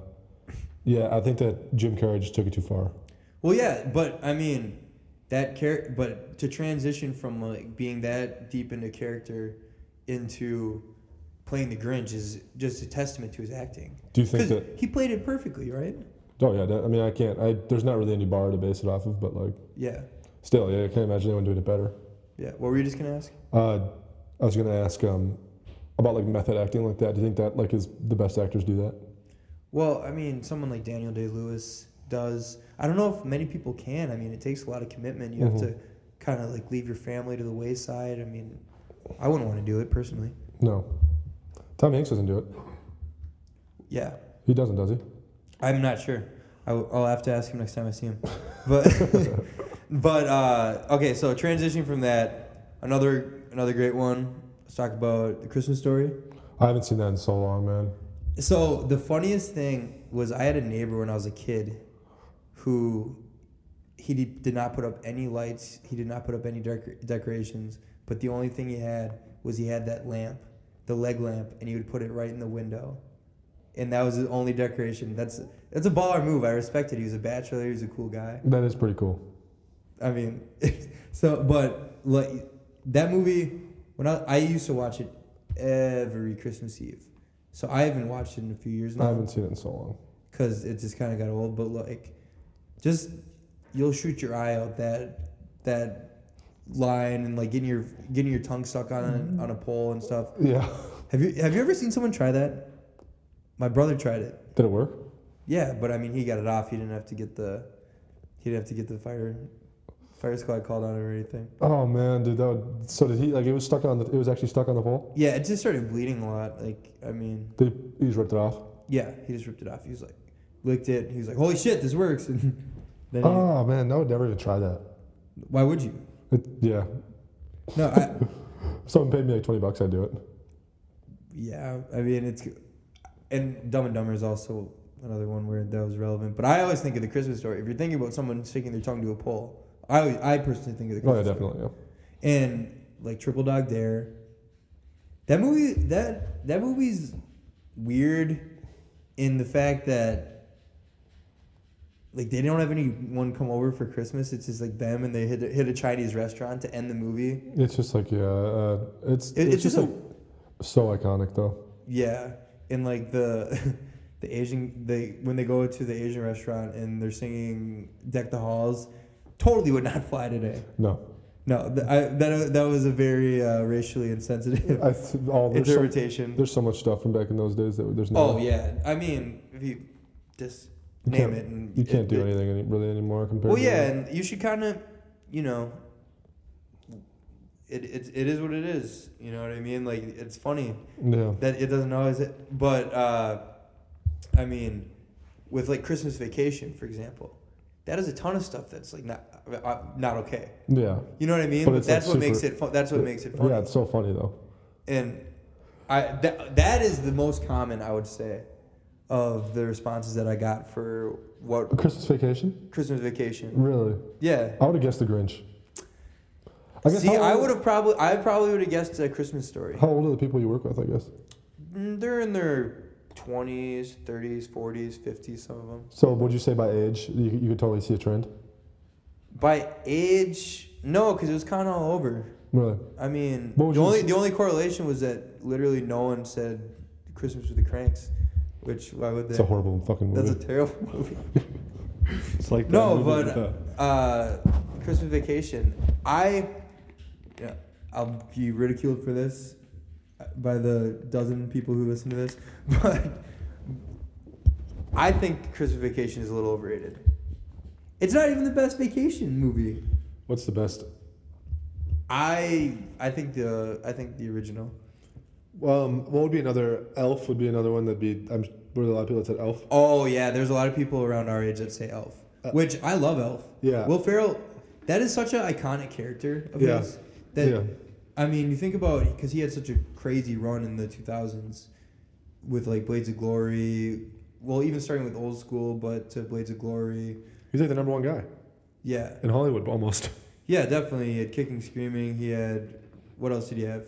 [SPEAKER 2] yeah, I think that Jim Carrey just took it too far.
[SPEAKER 1] Well, yeah, but I mean that character. But to transition from like being that deep into character into playing the Grinch is just a testament to his acting.
[SPEAKER 2] Do you
[SPEAKER 1] 'Cause
[SPEAKER 2] think that?
[SPEAKER 1] he played it perfectly, right?
[SPEAKER 2] Oh yeah, that, I mean, I can't. I there's not really any bar to base it off of, but like,
[SPEAKER 1] Yeah,
[SPEAKER 2] still, yeah, I can't imagine anyone doing it better.
[SPEAKER 1] yeah. What were you just gonna ask?
[SPEAKER 2] Uh, I was gonna ask um, about like method acting like that. Do you think that like is the best actors do that?
[SPEAKER 1] Well, I mean, someone like Daniel Day Lewis does. I don't know if many people can. I mean, it takes a lot of commitment. You have
[SPEAKER 2] Mhm.
[SPEAKER 1] to kind of like leave your family to the wayside. I mean, I wouldn't want to do it personally.
[SPEAKER 2] No, Tom Hanks doesn't do it.
[SPEAKER 1] Yeah,
[SPEAKER 2] He doesn't, does he?
[SPEAKER 1] I'm not sure. I, will have to ask him next time I see him. But but uh, okay, so transitioning from that, another another great one. Let's talk about the Christmas story.
[SPEAKER 2] I haven't seen that in so long, man.
[SPEAKER 1] So the funniest thing was I had a neighbor when I was a kid who he did, did not put up any lights, he did not put up any decor- decorations, but the only thing he had was he had that lamp, the leg lamp, and he would put it right in the window. And that was the only decoration. That's that's a baller move. I respected. He was a bachelor. He was a cool guy.
[SPEAKER 2] That is pretty cool.
[SPEAKER 1] I mean, so but like that movie when I I used to watch it every Christmas Eve. So I haven't watched it in a few years now
[SPEAKER 2] I haven't seen it in so long.
[SPEAKER 1] because it just kind of got old. But like, just you'll shoot your eye out that that line and like getting your getting your tongue stuck on a, on a pole and stuff.
[SPEAKER 2] Yeah.
[SPEAKER 1] Have you have you ever seen someone try that? My brother tried it.
[SPEAKER 2] Did it work?
[SPEAKER 1] Yeah, but I mean, he got it off. He didn't have to get the he didn't have to get the fire fire squad called on him or anything.
[SPEAKER 2] Oh man, dude, that would, so did he? Like it was stuck on the. It was actually stuck on the pole.
[SPEAKER 1] Yeah, it just started bleeding a lot. Like, I mean,
[SPEAKER 2] They he just ripped it off.
[SPEAKER 1] yeah, he just ripped it off. He was like, licked it. He was like, "Holy shit, this works!" And then, he-
[SPEAKER 2] Oh man, I would never even try that.
[SPEAKER 1] why would you?
[SPEAKER 2] It, yeah,
[SPEAKER 1] No, I,
[SPEAKER 2] if someone paid me like twenty bucks, I'd do it.
[SPEAKER 1] Yeah, I mean it's, and Dumb and Dumber is also another one where that was relevant. But I always think of the Christmas story. If you're thinking about someone sticking their tongue to a pole, I always, I personally think of the
[SPEAKER 2] Oh
[SPEAKER 1] Christmas
[SPEAKER 2] yeah,
[SPEAKER 1] story.
[SPEAKER 2] definitely. Yeah.
[SPEAKER 1] And like Triple Dog Dare, that movie that that movie's weird, in the fact that like they don't have anyone come over for Christmas. It's just like them and they hit hit a Chinese restaurant to end the movie.
[SPEAKER 2] It's just like yeah, uh, it's,
[SPEAKER 1] It,
[SPEAKER 2] it's
[SPEAKER 1] it's,
[SPEAKER 2] just
[SPEAKER 1] just
[SPEAKER 2] like so iconic though.
[SPEAKER 1] Yeah, and like the the Asian they when they go to the Asian restaurant and they're singing "Deck the Halls," totally would not fly today.
[SPEAKER 2] No,
[SPEAKER 1] No, th- I, that that was a very uh, racially insensitive
[SPEAKER 2] I th- all there's so,
[SPEAKER 1] interpretation.
[SPEAKER 2] there's so much stuff from back in those days that there's no.
[SPEAKER 1] Oh yeah, I mean if you just
[SPEAKER 2] You
[SPEAKER 1] name
[SPEAKER 2] can't-
[SPEAKER 1] it and
[SPEAKER 2] you can't
[SPEAKER 1] it-
[SPEAKER 2] do
[SPEAKER 1] it-
[SPEAKER 2] anything any, really anymore compared.
[SPEAKER 1] Well,
[SPEAKER 2] to
[SPEAKER 1] yeah, and you should kind of, you know. It, it, it is what it is. You know what I mean? Like it's funny.
[SPEAKER 2] yeah,
[SPEAKER 1] that it doesn't always but uh, i mean with like christmas vacation for example that is a ton of stuff that's like not uh, uh, not okay
[SPEAKER 2] yeah,
[SPEAKER 1] you know what i mean
[SPEAKER 2] But
[SPEAKER 1] but
[SPEAKER 2] it's,
[SPEAKER 1] that's
[SPEAKER 2] like,
[SPEAKER 1] what makes
[SPEAKER 2] super-
[SPEAKER 1] it fun that's what makes it funny
[SPEAKER 2] Yeah, it's so funny though.
[SPEAKER 1] and i that, that is the most common i would say of the responses that i got for what
[SPEAKER 2] A Christmas Vacation,
[SPEAKER 1] christmas vacation
[SPEAKER 2] really?
[SPEAKER 1] yeah
[SPEAKER 2] I would have guessed the Grinch.
[SPEAKER 1] see
[SPEAKER 2] how
[SPEAKER 1] i
[SPEAKER 2] old-
[SPEAKER 1] would have probably i probably would have guessed a christmas story
[SPEAKER 2] How old are the people you work with? I guess.
[SPEAKER 1] Mm, they're in their 20s 30s 40s 50s some of them
[SPEAKER 2] So would you say by age you, you could totally see a trend?
[SPEAKER 1] By age, no, because it was kind of all over.
[SPEAKER 2] Really?
[SPEAKER 1] I mean, the
[SPEAKER 2] What would you
[SPEAKER 1] only
[SPEAKER 2] say-
[SPEAKER 1] the only correlation was that literally no one said Christmas with the Cranks, which why would they?
[SPEAKER 2] It's a horrible fucking movie.
[SPEAKER 1] That's a terrible movie.
[SPEAKER 2] it's like
[SPEAKER 1] no, but uh, Christmas Vacation. I, yeah, I'll be ridiculed for this uh, by the dozen people who listen to this, but I think Christmas Vacation is a little overrated. It's not even the best vacation movie.
[SPEAKER 2] what's the best?
[SPEAKER 1] I I think the I think the original.
[SPEAKER 2] Um, what would be another? Elf would be another one that'd be. I'm were there a lot of people that said Elf.
[SPEAKER 1] Oh yeah, there's a lot of people around our age that say Elf,
[SPEAKER 2] Uh,
[SPEAKER 1] which I love Elf.
[SPEAKER 2] Yeah.
[SPEAKER 1] Will Ferrell, that is such an iconic character of
[SPEAKER 2] Yeah.
[SPEAKER 1] his. That
[SPEAKER 2] yeah.
[SPEAKER 1] I mean, you think about because he had such a crazy run in the 2000s with like Blades of Glory. Well, even starting with Old School, but to Blades of Glory.
[SPEAKER 2] He's like the number one guy
[SPEAKER 1] Yeah,
[SPEAKER 2] in Hollywood almost.
[SPEAKER 1] yeah, definitely. He had Kicking, Screaming. He had What else did you have?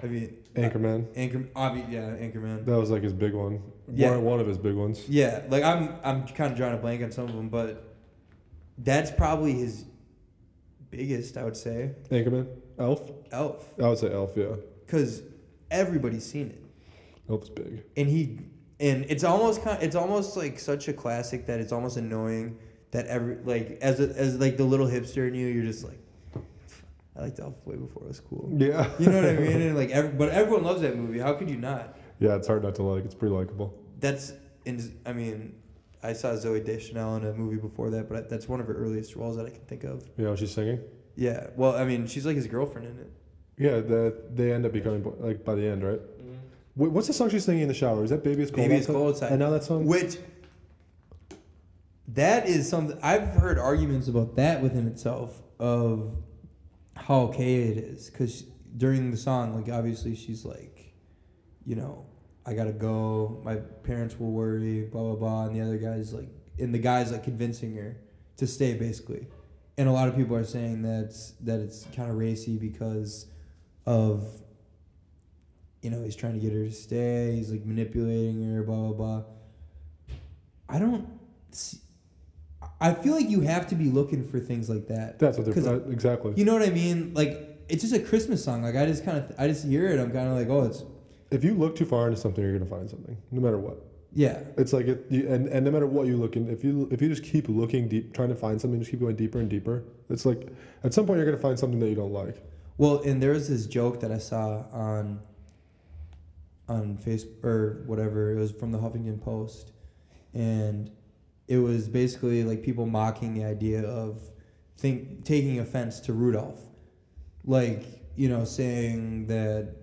[SPEAKER 1] I mean,
[SPEAKER 2] Anchorman.
[SPEAKER 1] Anchor, obvi- yeah, Anchorman.
[SPEAKER 2] That was like his big one.
[SPEAKER 1] Yeah.
[SPEAKER 2] One, one of his big ones.
[SPEAKER 1] Yeah, like I'm, I'm kind of drawing a blank on some of them, but that's probably his biggest, I would say,
[SPEAKER 2] Anchorman. Elf.
[SPEAKER 1] Elf,
[SPEAKER 2] I would say Elf. Yeah.
[SPEAKER 1] because everybody's seen it.
[SPEAKER 2] Elf's big.
[SPEAKER 1] and he and it's almost kind it's almost like such a classic that it's almost annoying that every like as a, as like the little hipster in you you're just like I liked Elf way before it was cool
[SPEAKER 2] Yeah.
[SPEAKER 1] you know what I mean and like every, but everyone loves that movie how could you not
[SPEAKER 2] yeah, it's hard not to like. It's pretty likable.
[SPEAKER 1] that's and I mean I saw Zoe Deschanel in a movie before that but that's one of her earliest roles that I can think of
[SPEAKER 2] You know, she's singing.
[SPEAKER 1] yeah well I mean she's like his girlfriend in it
[SPEAKER 2] Yeah, that they end up becoming bo- like by the end, right? Wait, what's the song she's singing in the shower? Is that "Baby It's Cold"?
[SPEAKER 1] Mm-hmm. Baby It's
[SPEAKER 2] Outside?
[SPEAKER 1] Cold Outside.
[SPEAKER 2] And now that song.
[SPEAKER 1] which that is something I've heard arguments about that within itself of how okay it is because during the song, like obviously she's like, you know, I gotta go, my parents will worry, blah blah blah, and the other guys like, and the guys like convincing her to stay basically, and a lot of people are saying that's that it's kind of racy because of you know, he's trying to get her to stay. He's like manipulating her, blah blah blah. I don't. See, I feel like you have to be looking for things like that.
[SPEAKER 2] That's what
[SPEAKER 1] 'Cause-
[SPEAKER 2] they're uh, exactly.
[SPEAKER 1] You know what I mean? Like it's just a Christmas song. Like I just kind of, I just hear it. I'm kind of like, oh, it's
[SPEAKER 2] if you look too far into something, you're gonna find something, no matter what.
[SPEAKER 1] yeah,
[SPEAKER 2] It's like it, you, and and no matter what you look in, if you if you just keep looking deep, trying to find something, just keep going deeper and deeper. It's like at some point you're gonna find something that you don't like.
[SPEAKER 1] Well, and there was this joke that I saw on on Facebook or whatever. It was from the Huffington Post, and it was basically like people mocking the idea of think taking offense to Rudolph, like you know saying that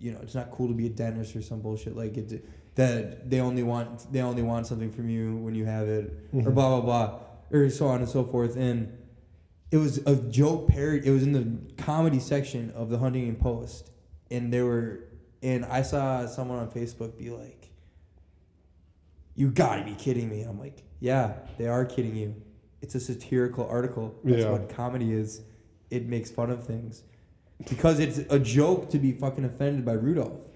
[SPEAKER 1] you know it's not cool to be a dentist or some bullshit like it that they only want they only want something from you when you have it
[SPEAKER 2] Mm-hmm.
[SPEAKER 1] or blah blah blah or so on and so forth and it was a joke parody it was in the comedy section of the huntington post and they were and i saw someone on facebook be like you gotta be kidding me and i'm like yeah they are kidding you it's a satirical article that's
[SPEAKER 2] Yeah.
[SPEAKER 1] what comedy is it makes fun of things because it's a joke to be fucking offended by Rudolph.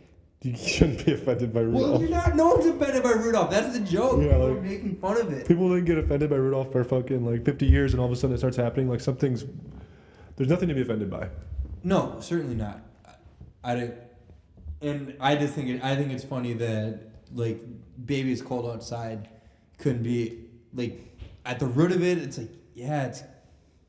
[SPEAKER 2] You shouldn't be offended by
[SPEAKER 1] Well,
[SPEAKER 2] Rudolph.
[SPEAKER 1] you're not. No one's offended by Rudolph. That's the joke.
[SPEAKER 2] Yeah,
[SPEAKER 1] People are
[SPEAKER 2] like-
[SPEAKER 1] making fun of it.
[SPEAKER 2] People didn't get offended by Rudolph for fucking like 50 years, and all of a sudden it starts happening. Like something's there's nothing to be offended by.
[SPEAKER 1] No, certainly not. I, I didn't. And I just think it, I think it's funny that like baby's cold outside couldn't be like at the root of it. It's like yeah, it's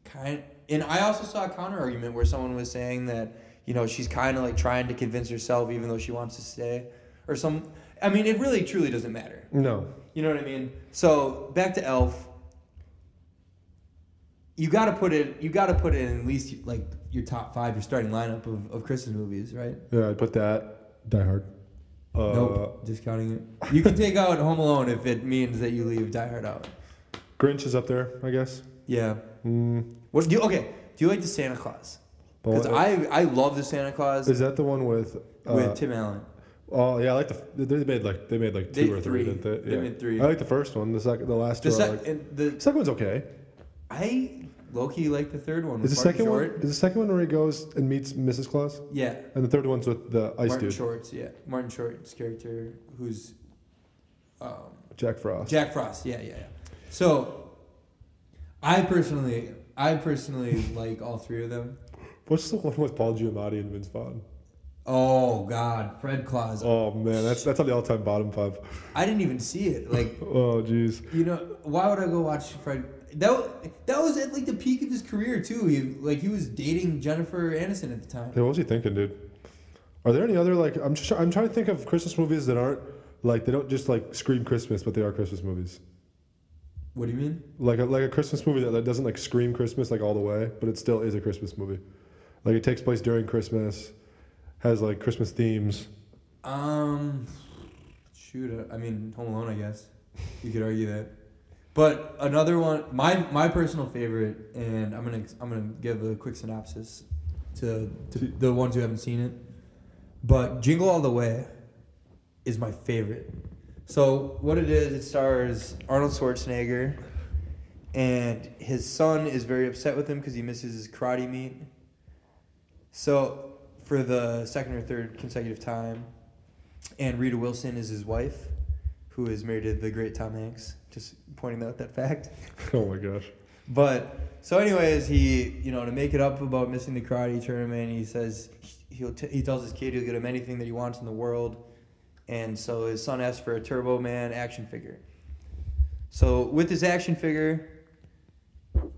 [SPEAKER 1] kind. And I also saw a counter argument where someone was saying that you know she's kind of like trying to convince herself even though she wants to stay or some. I mean, it really truly doesn't matter.
[SPEAKER 2] No,
[SPEAKER 1] You know what I mean? So back to Elf. You gotta put it. You gotta put it in at least like your top five, your starting lineup of, of Christmas movies, right?
[SPEAKER 2] yeah, I put that Die Hard. Uh,
[SPEAKER 1] nope, discounting it. You can take out Home Alone if it means that you leave Die Hard out.
[SPEAKER 2] Grinch is up there, I guess.
[SPEAKER 1] Yeah.
[SPEAKER 2] Mm,
[SPEAKER 1] What do you? Okay. Do you like the Santa Claus? Because
[SPEAKER 2] but-
[SPEAKER 1] I I love the Santa Claus
[SPEAKER 2] is that the one with? Uh,
[SPEAKER 1] with Tim Allen.
[SPEAKER 2] oh yeah, I like the. They made like they made like
[SPEAKER 1] They
[SPEAKER 2] two or three.
[SPEAKER 1] three.
[SPEAKER 2] didn't they?
[SPEAKER 1] They
[SPEAKER 2] Yeah.
[SPEAKER 1] made three.
[SPEAKER 2] I like the first one. The second, the last
[SPEAKER 1] The,
[SPEAKER 2] two. I
[SPEAKER 1] sec-
[SPEAKER 2] like.
[SPEAKER 1] and the
[SPEAKER 2] second one's okay.
[SPEAKER 1] I Loki like the third one. with
[SPEAKER 2] Is the
[SPEAKER 1] Martin
[SPEAKER 2] second
[SPEAKER 1] Short.
[SPEAKER 2] one? Is the second one where he goes and meets Mrs. Claus?
[SPEAKER 1] Yeah.
[SPEAKER 2] And the third one's with the ice
[SPEAKER 1] Martin
[SPEAKER 2] dude,
[SPEAKER 1] Short's yeah. Martin Short's character who's. Um,
[SPEAKER 2] Jack Frost.
[SPEAKER 1] Jack Frost. Yeah, yeah, yeah. So, I personally, I personally like all three of them.
[SPEAKER 2] What's the one with Paul Giamatti and Vince Vaughn?
[SPEAKER 1] Oh God, Fred Claus.
[SPEAKER 2] Oh man, that's that's on the all-time bottom five.
[SPEAKER 1] I didn't even see it. Like,
[SPEAKER 2] Oh jeez.
[SPEAKER 1] you know, why would I go watch Fred? That wa- that was at like the peak of his career too. He like he was dating Jennifer Aniston at the time.
[SPEAKER 2] Yeah, what was he thinking, dude? Are there any other like I'm just I'm trying to think of Christmas movies that aren't like they don't just like scream Christmas, but they are Christmas movies.
[SPEAKER 1] What do you mean?
[SPEAKER 2] Like a, like a Christmas movie that, that doesn't like scream Christmas like all the way, but it still is a Christmas movie. Like it takes place during Christmas, has like Christmas themes.
[SPEAKER 1] Um, shoot, uh, I I mean Home Alone, I guess you could argue that. But another one, my my personal favorite, and I'm gonna I'm gonna give a quick synopsis to, to the ones who haven't seen it. But Jingle All the Way is my favorite. So what it is, it stars Arnold Schwarzenegger, and his son is very upset with him because he misses his karate meet. So for the second or third consecutive time, and Rita Wilson is his wife, who is married to the great Tom Hanks. Just pointing out that fact.
[SPEAKER 2] Oh my gosh.
[SPEAKER 1] But so, anyways, he you know to make it up about missing the karate tournament, he says he'll t- he tells his kid he'll get him anything that he wants in the world, and so his son asks for a Turbo Man action figure. So with his action figure,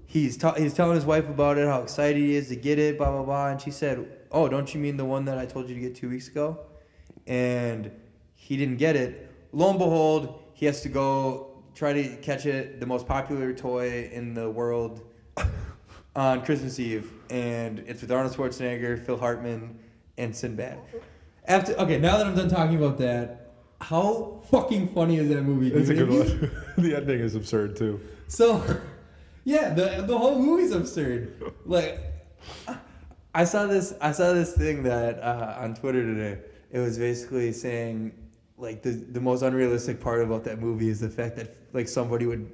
[SPEAKER 1] he's ta- he's telling his wife about it, how excited he is to get it, blah blah blah, and she said, "Oh, don't you mean the one that I told you to get two weeks ago?" And he didn't get it. Lo and behold, he has to go try to catch it, the most popular toy in the world, on Christmas Eve, and it's with Arnold Schwarzenegger, Phil Hartman, and Sinbad.
[SPEAKER 3] After okay, now that I'm done talking about that, how fucking funny is that movie?
[SPEAKER 2] It's a
[SPEAKER 3] dude?
[SPEAKER 2] good
[SPEAKER 3] If you-
[SPEAKER 2] one. the ending is absurd too.
[SPEAKER 3] So, yeah, the the whole movie's absurd. Like,
[SPEAKER 1] I saw this. I saw this thing that uh, on Twitter today. It was basically saying like the the most unrealistic part about that movie is the fact that like somebody would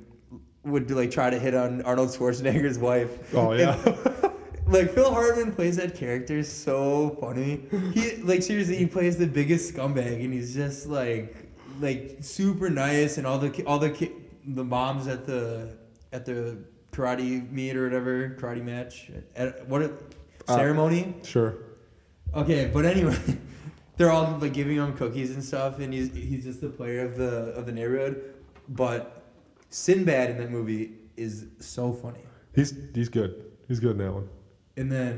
[SPEAKER 1] would like try to hit on Arnold Schwarzenegger's wife.
[SPEAKER 2] Oh, yeah.
[SPEAKER 1] And, like Phil Hartman plays that character so funny. He like seriously he plays the biggest scumbag and he's just like like super nice and all the ki- all the ki- the moms at the at the karate meet or whatever karate match at what a-
[SPEAKER 2] Uh,
[SPEAKER 1] ceremony
[SPEAKER 2] Sure.
[SPEAKER 1] Okay, but anyway, they're all like giving him cookies and stuff, and he's he's just the player of the of the neighborhood. But Sinbad in that movie is so funny.
[SPEAKER 2] He's he's good. He's good in that one.
[SPEAKER 3] and then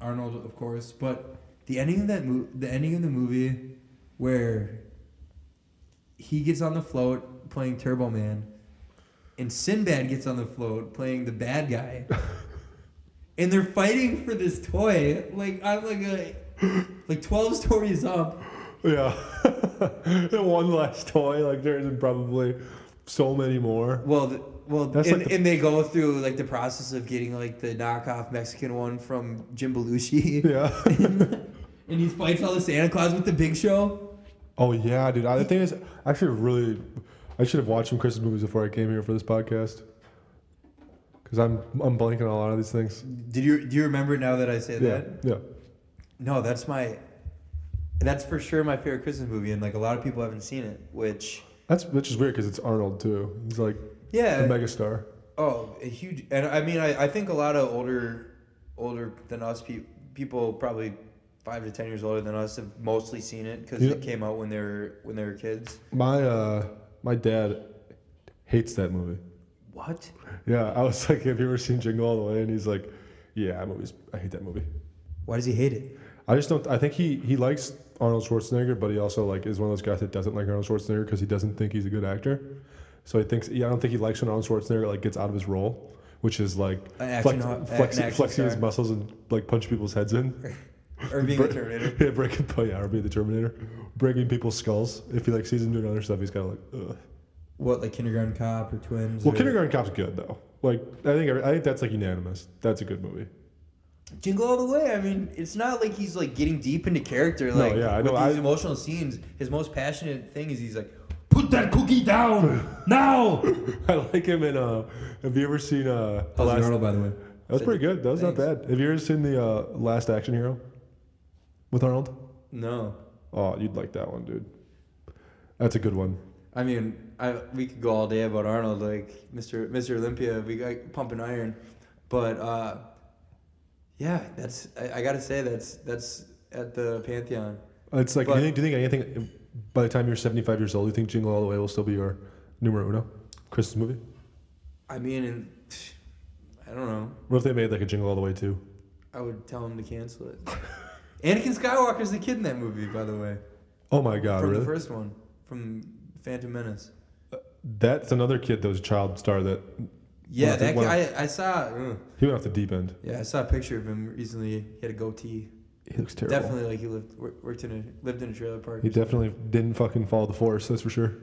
[SPEAKER 3] Arnold, of course, but
[SPEAKER 1] The ending of that movie,
[SPEAKER 3] the ending of the movie where
[SPEAKER 1] he gets on the float playing Turbo Man, and Sinbad gets on the float playing the bad guy, and they're fighting for this toy like on like a like twelve stories up.
[SPEAKER 2] Yeah. and one last toy, like there isn't probably so many more.
[SPEAKER 1] Well, th well,
[SPEAKER 2] That's
[SPEAKER 1] and,
[SPEAKER 2] like the-
[SPEAKER 1] and they go through like the process of getting like the knockoff Mexican one from Jim Belushi,
[SPEAKER 2] Yeah.
[SPEAKER 1] and he fights all the Santa Claus with the Big Show.
[SPEAKER 2] oh yeah, dude. I, the thing is, I should have really, I should have watched some Christmas movies before I came here for this podcast. Cause I'm I'm blanking on a lot of these things.
[SPEAKER 1] Did you do you remember it now that I say
[SPEAKER 2] Yeah.
[SPEAKER 1] that?
[SPEAKER 2] Yeah.
[SPEAKER 1] No, that's my, that's for sure my favorite Christmas movie, and like a lot of people haven't seen it, which
[SPEAKER 2] That's which is weird because it's Arnold too. He's like
[SPEAKER 1] yeah,
[SPEAKER 2] a megastar.
[SPEAKER 1] Oh, a huge, and I mean, I, I think a lot of older, older than us pe- people, probably five to ten years older than us, have mostly seen it because
[SPEAKER 2] Yeah.
[SPEAKER 1] it came out when they were when they were kids.
[SPEAKER 2] My uh my dad hates that movie.
[SPEAKER 1] What?
[SPEAKER 2] Yeah, I was like, have you ever seen Jingle All the Way? And he's like, yeah, that movie's, I hate that movie.
[SPEAKER 1] Why does he hate it?
[SPEAKER 2] I just don't. I think he he likes Arnold Schwarzenegger, but he also like is one of those guys that doesn't like Arnold Schwarzenegger because he doesn't think he's a good actor. So he thinks. Yeah, I don't think he likes when Arnold Schwarzenegger like gets out of his role, which is like
[SPEAKER 1] An action ho- an
[SPEAKER 2] flex, flex,
[SPEAKER 1] action
[SPEAKER 2] flexing his
[SPEAKER 1] star.
[SPEAKER 2] muscles and like punching people's heads in.
[SPEAKER 1] Or being a Terminator.
[SPEAKER 2] yeah, breaking. Oh yeah, or be the Terminator, breaking people's skulls. If he like sees him doing other stuff, he's kind of like. Ugh.
[SPEAKER 3] what like Kindergarten Cop or Twins?
[SPEAKER 2] Well,
[SPEAKER 3] or-
[SPEAKER 2] Kindergarten Cop's good though. Like I think every, I think that's like unanimous. That's a good movie.
[SPEAKER 1] Jingle all the way. I mean, it's not like he's like getting deep into character. Like
[SPEAKER 2] yeah, I
[SPEAKER 1] with
[SPEAKER 2] know,
[SPEAKER 1] these
[SPEAKER 2] I-
[SPEAKER 1] emotional scenes, his most passionate thing is he's like, "Put that cookie down now."
[SPEAKER 2] I like him in. Uh, have you ever seen uh,
[SPEAKER 3] That was Arnold, by the way.
[SPEAKER 2] That was pretty good. That was not
[SPEAKER 1] Thanks.
[SPEAKER 2] bad. Have you ever seen the uh, Last Action Hero with Arnold?
[SPEAKER 1] No,
[SPEAKER 2] Oh, you'd like that one, dude. That's a good one.
[SPEAKER 1] I mean, I we could go all day about Arnold, like Mr. Mr. Olympia. We got pumping iron, but uh, yeah, that's I, I gotta say that's that's at the pantheon.
[SPEAKER 2] It's like, do,
[SPEAKER 1] But-
[SPEAKER 2] you think, do you think anything by the time you're 75 years old, do you think Jingle All the Way will still be your numero uno Christmas movie?
[SPEAKER 1] I mean, and I don't know.
[SPEAKER 2] What if they made like a Jingle All the Way too?
[SPEAKER 1] I would tell him to cancel it. Anakin Skywalker's the kid in that movie, by the way,
[SPEAKER 2] Oh my God,
[SPEAKER 1] from
[SPEAKER 2] really?
[SPEAKER 1] the first one, from Phantom Menace.
[SPEAKER 2] That's another kid that was a child star that
[SPEAKER 1] Yeah,
[SPEAKER 2] Well, I
[SPEAKER 1] that
[SPEAKER 2] think one
[SPEAKER 1] guy, I, I saw. ugh.
[SPEAKER 2] he went off the deep end.
[SPEAKER 1] Yeah, I saw a picture of him recently. He had a goatee.
[SPEAKER 2] He looks terrible.
[SPEAKER 1] Definitely, like he lived wor- worked in a lived in a trailer park.
[SPEAKER 2] He definitely didn't fucking follow the force, that's for sure.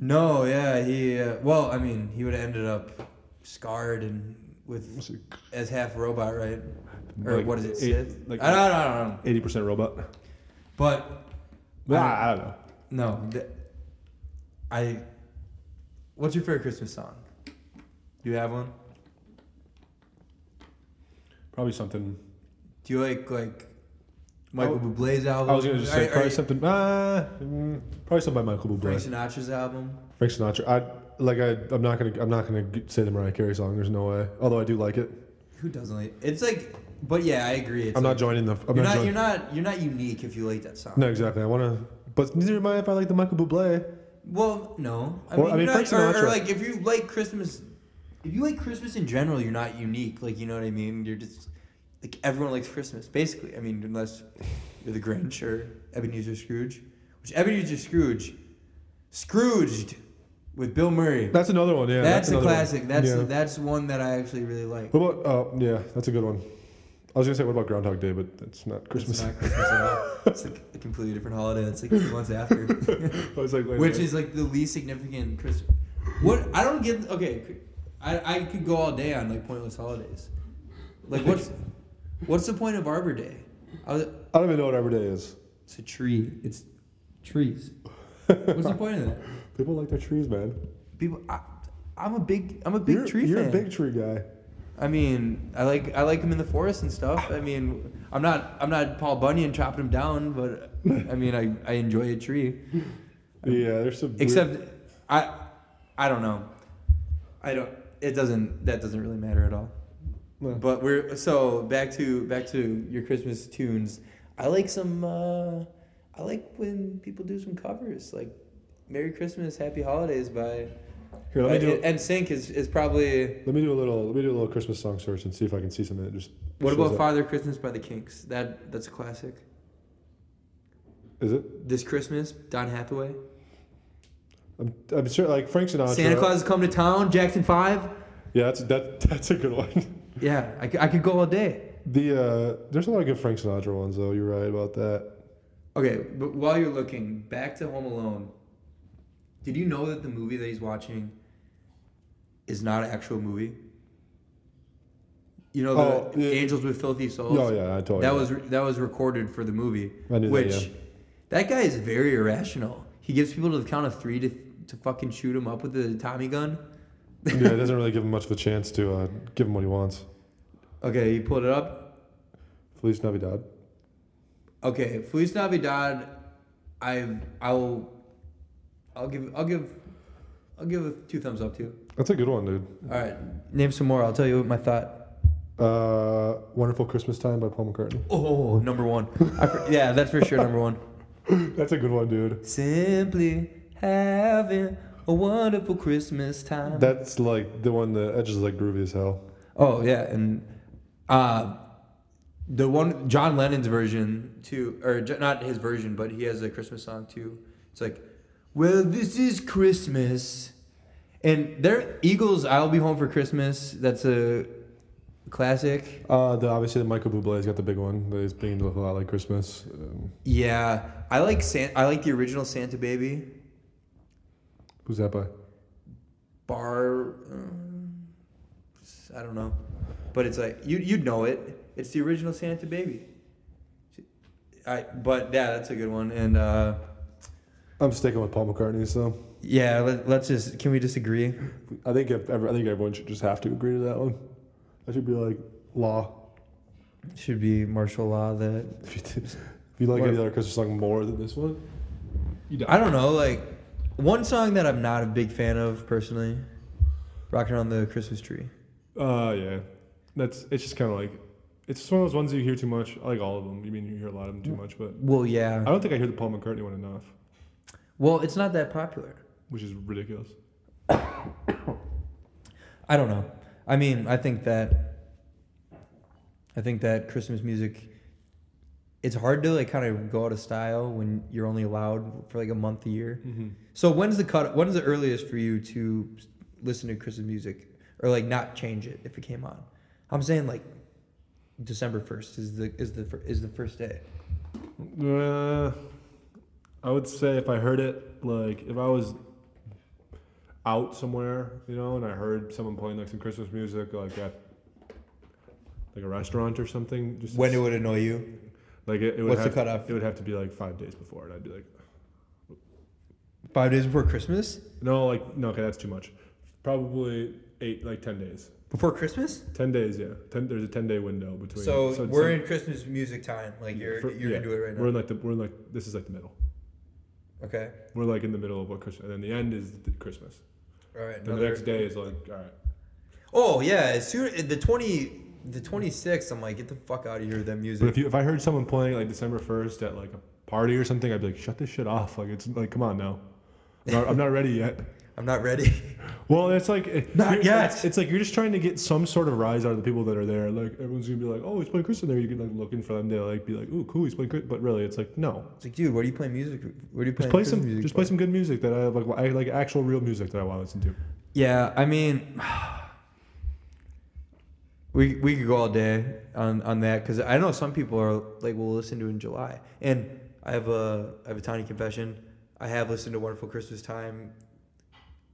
[SPEAKER 1] No, yeah, he. Uh, well, I mean, he would have ended up scarred and with as half robot, right? Or
[SPEAKER 2] Like
[SPEAKER 1] what is it,
[SPEAKER 2] eight-
[SPEAKER 1] Sith?
[SPEAKER 2] like-
[SPEAKER 1] I don't, I don't know.
[SPEAKER 2] 80% robot.
[SPEAKER 1] But
[SPEAKER 2] I, I don't know.
[SPEAKER 1] no, th- I. What's your favorite Christmas song? You have one?
[SPEAKER 2] Probably something
[SPEAKER 1] Do you like like Michael
[SPEAKER 2] I
[SPEAKER 1] Bublé's album?
[SPEAKER 2] I was gonna just
[SPEAKER 1] Are-
[SPEAKER 2] say
[SPEAKER 1] are
[SPEAKER 2] probably
[SPEAKER 1] you-
[SPEAKER 2] something. Ah, mm, probably something by Michael Bublé.
[SPEAKER 1] Frank Sinatra's album.
[SPEAKER 2] Frank Sinatra. I like. I. I'm not gonna. I'm not gonna g- say the Mariah Carey song. There's no way. Although I do like it.
[SPEAKER 1] Who doesn't like? It's like, but yeah, I agree. It's
[SPEAKER 2] I'm
[SPEAKER 1] like,
[SPEAKER 2] not joining the. I'm
[SPEAKER 1] you're
[SPEAKER 2] not.
[SPEAKER 1] not,
[SPEAKER 2] joining,
[SPEAKER 1] you're not you're not unique if you like that song.
[SPEAKER 2] no, exactly. I wanna. But neither am I if I like the Michael Bublé.
[SPEAKER 1] Well, no. I
[SPEAKER 2] Or-
[SPEAKER 1] mean,
[SPEAKER 2] I mean,
[SPEAKER 1] you're not,
[SPEAKER 2] Frank
[SPEAKER 1] or, or
[SPEAKER 2] Sinatra-
[SPEAKER 1] like if you like Christmas, if you like Christmas in general, you're not unique. Like you know what I mean? You're just like everyone likes Christmas, basically. I mean, unless you're the Grinch or Ebenezer Scrooge, which Ebenezer Scrooge, Scrooged with Bill Murray.
[SPEAKER 2] That's another one. Yeah.
[SPEAKER 1] that's a
[SPEAKER 2] another one.
[SPEAKER 1] classic. That's
[SPEAKER 2] Yeah.
[SPEAKER 1] that's one that I actually really like.
[SPEAKER 2] What about? Uh, yeah, that's a good one. I was gonna say what about Groundhog Day, but that's not Christmas.
[SPEAKER 1] It's not Christmas at all. It's like a completely different holiday. It's like two months after.
[SPEAKER 2] I was like, wait,
[SPEAKER 1] Which
[SPEAKER 2] wait.
[SPEAKER 1] is like the least significant Christmas. What I don't get. Okay, I, I could go all day on like pointless holidays. Like what's what's the point of Arbor Day? I was,
[SPEAKER 2] I don't even know what Arbor Day is.
[SPEAKER 1] it's a tree. It's trees. What's the point of that?
[SPEAKER 2] People like their trees, man.
[SPEAKER 1] People, I, I'm a big I'm a big
[SPEAKER 2] you're,
[SPEAKER 1] tree
[SPEAKER 2] You're
[SPEAKER 1] fan.
[SPEAKER 2] a big tree guy.
[SPEAKER 1] I mean, I like I like him in the forest and stuff. I mean, I'm not I'm not Paul Bunyan chopping him down, but I mean I, I enjoy a tree.
[SPEAKER 2] Yeah, there's some. weird-
[SPEAKER 1] Except I I don't know. I don't it doesn't that doesn't really matter at all.
[SPEAKER 2] No.
[SPEAKER 1] But we're so back to back to your Christmas tunes. I like some uh I like when people do some covers like Merry Christmas, Happy Holidays by
[SPEAKER 2] here, let me do.
[SPEAKER 1] and Sync is, is probably
[SPEAKER 2] Let me do a little. Let me do a little Christmas song search and see if I can see something that just.
[SPEAKER 1] What
[SPEAKER 2] shows
[SPEAKER 1] about
[SPEAKER 2] up.
[SPEAKER 1] Father Christmas by the Kinks? That that's a classic.
[SPEAKER 2] Is it?
[SPEAKER 1] This Christmas, Don Hathaway.
[SPEAKER 2] I'm, I'm sure, like Frank Sinatra.
[SPEAKER 1] Santa Claus is coming to town, Jackson 5.
[SPEAKER 2] Yeah, that's that. That's a good one.
[SPEAKER 1] Yeah, I, c- I could go all day.
[SPEAKER 2] The uh, there's a lot of good Frank Sinatra ones though. You're right about that.
[SPEAKER 1] Okay, but while you're looking back to Home Alone, did you know that the movie that he's watching is not an actual movie? You know the
[SPEAKER 2] Oh, yeah.
[SPEAKER 1] Angels with Filthy Souls.
[SPEAKER 2] Oh yeah, I totally.
[SPEAKER 1] that was re- that was recorded for the movie.
[SPEAKER 2] I knew that,
[SPEAKER 1] which
[SPEAKER 2] yeah.
[SPEAKER 1] that guy is very irrational. He gives people to the count of three to to fucking shoot him up with a Tommy gun.
[SPEAKER 2] yeah, it doesn't really give him much of a chance to uh, give him what he wants.
[SPEAKER 1] Okay, he pulled it up.
[SPEAKER 2] Feliz Navidad.
[SPEAKER 1] Okay, Feliz Navidad. I I'll I'll give I'll give I'll give it two thumbs up too.
[SPEAKER 2] That's a good one, dude.
[SPEAKER 1] All right, name some more. I'll tell you what my thought.
[SPEAKER 2] Uh, Wonderful Christmas Time by Paul McCartney.
[SPEAKER 1] Oh, number one. I for- yeah, that's for sure number one.
[SPEAKER 2] That's a good one, dude.
[SPEAKER 1] Simply having a wonderful Christmas time.
[SPEAKER 2] That's like the one that edges like groovy as hell.
[SPEAKER 1] Oh yeah, and uh, the one John Lennon's version too, or J- not his version, but he has a Christmas song too. It's like, well, this is Christmas, and their Eagles. I'll be home for Christmas. That's a classic.
[SPEAKER 2] Uh, the obviously the Michael Bublé's got the big one. That is being a lot like Christmas. Um,
[SPEAKER 1] Yeah, I like San- I like the original Santa Baby.
[SPEAKER 2] who's that by?
[SPEAKER 1] Bar, um, I don't know, but it's like you you'd know it. It's the original Santa Baby. I but yeah, that's a good one. And uh,
[SPEAKER 2] I'm sticking with Paul McCartney, so
[SPEAKER 1] yeah, let, let's just can we disagree?
[SPEAKER 2] I think if ever, I think everyone should just have to agree to that one. That should be like law.
[SPEAKER 1] Should be martial law that
[SPEAKER 2] If you, did- if you like
[SPEAKER 1] Or-
[SPEAKER 2] any other Christmas song more than this one, you
[SPEAKER 1] I don't know. Like one song that I'm not a big fan of personally, "Rocking on the Christmas Tree."
[SPEAKER 2] Uh, yeah, that's it's just kind of like it's just one of those ones that you hear too much. I like all of them. You mean you hear a lot of them too much, but
[SPEAKER 1] Well,
[SPEAKER 2] I
[SPEAKER 1] yeah.
[SPEAKER 2] don't think I hear the Paul McCartney one enough,
[SPEAKER 1] Well, it's not that popular.
[SPEAKER 2] which is ridiculous.
[SPEAKER 1] I don't know. I mean, I think that I think that Christmas music it's hard to like kind of go out of style when you're only allowed for like a month a year.
[SPEAKER 2] Mm-hmm.
[SPEAKER 1] So when's the cut when's the earliest for you to s- listen to Christmas music or like not change it if it came on? I'm saying like December 1st is the is the fir- is the first day.
[SPEAKER 2] Uh, I would say if I heard it, like if I was out somewhere, you know, and I heard someone playing like some Christmas music, like at like a restaurant or something, just
[SPEAKER 1] When it would annoy you?
[SPEAKER 2] like it, it would
[SPEAKER 1] what's the
[SPEAKER 2] have,
[SPEAKER 1] cutoff?
[SPEAKER 2] It would have to be like five days before, and I'd be like,
[SPEAKER 1] 5 days before Christmas?
[SPEAKER 2] no, like no, okay, that's too much. Probably eight, like ten days.
[SPEAKER 1] Before Christmas?
[SPEAKER 2] Ten days, yeah. Ten. There's a ten day window between.
[SPEAKER 1] So,
[SPEAKER 2] it's
[SPEAKER 1] we're
[SPEAKER 2] like-
[SPEAKER 1] in Christmas music time. Like you're
[SPEAKER 2] for-
[SPEAKER 1] you're
[SPEAKER 2] yeah,
[SPEAKER 1] gonna do it right now.
[SPEAKER 2] We're in like the we're in like this is like the middle.
[SPEAKER 1] okay.
[SPEAKER 2] We're like in the middle of what Christmas, and then the end is the Christmas.
[SPEAKER 1] All right.
[SPEAKER 2] Then the
[SPEAKER 1] another-
[SPEAKER 2] next day is like all right.
[SPEAKER 1] Oh yeah, as soon the twenty the twenty sixth, I'm like, get the fuck out of here with that
[SPEAKER 2] But
[SPEAKER 1] music.
[SPEAKER 2] if you if I heard someone playing like December first at like a party or something, I'd be like, shut this shit off. Like it's like come on now. I'm not, I'm not ready yet.
[SPEAKER 1] I'm not ready.
[SPEAKER 2] Well, it's like it-
[SPEAKER 1] Not
[SPEAKER 2] you're-
[SPEAKER 1] yet.
[SPEAKER 2] It's, it's like you're just trying to get some sort of rise out of the people that are there. Like everyone's gonna be like, oh, he's playing Christian there. You get like looking for them to like be like, ooh, cool, he's playing. Chris-" But really, it's like no.
[SPEAKER 1] It's like, dude, what are you playing music? What are you playing?
[SPEAKER 2] Just play
[SPEAKER 1] Christmas
[SPEAKER 2] some,
[SPEAKER 1] music
[SPEAKER 2] just play
[SPEAKER 1] for?
[SPEAKER 2] some good music that I like. I like actual real music that I want to listen to.
[SPEAKER 1] Yeah, I mean, we we could go all day on on that because I know some people are like will listen to it in July, and I have a I have a tiny confession. I have listened to Wonderful Christmas Time.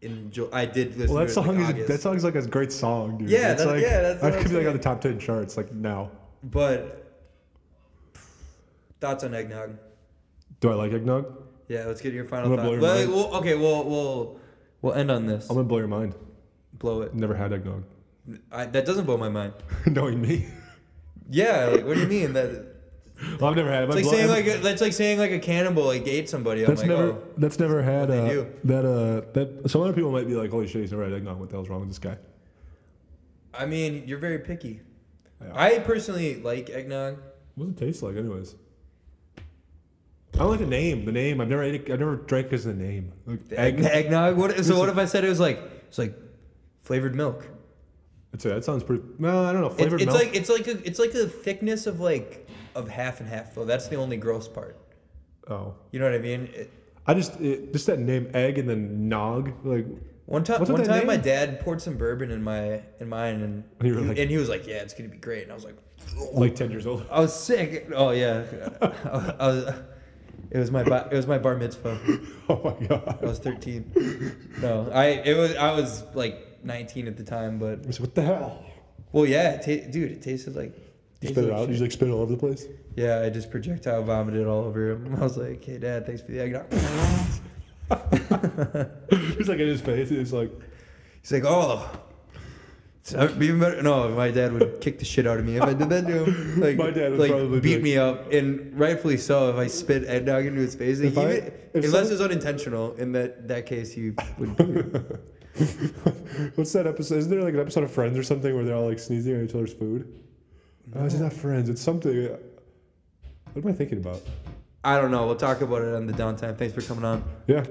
[SPEAKER 1] In Ju- I did listen.
[SPEAKER 2] Well, that
[SPEAKER 1] to it in,
[SPEAKER 2] song
[SPEAKER 1] like,
[SPEAKER 2] is
[SPEAKER 1] August.
[SPEAKER 2] that song's like a great song, dude.
[SPEAKER 1] Yeah,
[SPEAKER 2] it's
[SPEAKER 1] that-
[SPEAKER 2] like,
[SPEAKER 1] yeah, that's what
[SPEAKER 2] that
[SPEAKER 1] I'm
[SPEAKER 2] could be like
[SPEAKER 1] saying.
[SPEAKER 2] on the top ten charts, like now.
[SPEAKER 1] But thoughts on eggnog?
[SPEAKER 2] Do I like eggnog?
[SPEAKER 1] Yeah, let's get your final
[SPEAKER 2] I'm gonna
[SPEAKER 1] thoughts.
[SPEAKER 2] blow your
[SPEAKER 1] Well,
[SPEAKER 2] mind.
[SPEAKER 1] we'll- okay, we'll we'll we'll end on this.
[SPEAKER 2] I'm gonna blow your mind.
[SPEAKER 1] blow it.
[SPEAKER 2] Never had eggnog.
[SPEAKER 1] I, that doesn't blow my mind.
[SPEAKER 2] Knowing me,
[SPEAKER 1] Yeah, like, what do you mean that?
[SPEAKER 2] well, I've never had. it.
[SPEAKER 1] It's
[SPEAKER 2] But
[SPEAKER 1] like
[SPEAKER 2] blow-
[SPEAKER 1] saying like a, that's like saying like a cannibal like ate somebody. I'm
[SPEAKER 2] that's
[SPEAKER 1] like,
[SPEAKER 2] never
[SPEAKER 1] oh,
[SPEAKER 2] that's never had
[SPEAKER 1] they
[SPEAKER 2] uh,
[SPEAKER 1] do.
[SPEAKER 2] that uh that some other people might be like, holy shit, he's never had eggnog. What the hell's wrong with this guy?
[SPEAKER 1] I mean, you're very picky.
[SPEAKER 2] Yeah.
[SPEAKER 1] I personally like eggnog.
[SPEAKER 2] What does it taste like, anyways? I don't like the name. The name. I've never ate. It, I've never drank because of the name. Like,
[SPEAKER 1] The egg, eggnog. What? if- So what if I said it was like it's like flavored milk?
[SPEAKER 2] I'd say that sounds pretty. No, I don't know.
[SPEAKER 1] It's,
[SPEAKER 2] Flavored
[SPEAKER 1] it's
[SPEAKER 2] milk.
[SPEAKER 1] like it's like a, it's like the thickness of like of half and half though. That's the only gross part.
[SPEAKER 2] oh,
[SPEAKER 1] You know what I mean? It,
[SPEAKER 2] I just it, just that name egg and then nog. Like
[SPEAKER 1] One time,
[SPEAKER 2] What's with
[SPEAKER 1] one
[SPEAKER 2] that
[SPEAKER 1] time, my
[SPEAKER 2] name?
[SPEAKER 1] dad poured some bourbon in my in mine, and
[SPEAKER 2] And you were
[SPEAKER 1] he-
[SPEAKER 2] like-
[SPEAKER 1] and he was like, "Yeah, it's gonna be great." And I was like,
[SPEAKER 2] like ten years old.
[SPEAKER 1] "I was sick." Oh yeah, I was, it was my ba- it was my bar mitzvah.
[SPEAKER 2] Oh my
[SPEAKER 1] I
[SPEAKER 2] god.
[SPEAKER 1] was thirteen. No, I it was I was like nineteen at the time, but
[SPEAKER 2] I said, What the hell?
[SPEAKER 1] well, yeah, it ta- dude, it tasted like.
[SPEAKER 2] You
[SPEAKER 1] tasted
[SPEAKER 2] spit it
[SPEAKER 1] like
[SPEAKER 2] out.
[SPEAKER 1] shit.
[SPEAKER 2] You just like spit it all over the place.
[SPEAKER 1] Yeah, I just projectile vomited all over him. I was like, "Hey, Dad, thanks for the eggnog."
[SPEAKER 2] He's like in his face. It's like
[SPEAKER 1] He's like, "Oh." it's Even better, no, my dad would kick the shit out of me if I did that to him. Like,
[SPEAKER 2] My dad would
[SPEAKER 1] like,
[SPEAKER 2] probably be
[SPEAKER 1] beat
[SPEAKER 2] like-
[SPEAKER 1] me up, and rightfully so. If I spit eggnog into his face, like,
[SPEAKER 2] If I-
[SPEAKER 1] even-
[SPEAKER 2] if
[SPEAKER 1] unless
[SPEAKER 2] some-
[SPEAKER 1] it's unintentional, in that that case, he would.
[SPEAKER 2] What's that episode? Isn't there like an episode of Friends or something where they're all like sneezing on each other's food? No, it's not Friends. It's something. uh, What am I thinking about?
[SPEAKER 1] I don't know. We'll talk about it on the downtime. Thanks for coming on.
[SPEAKER 2] Yeah.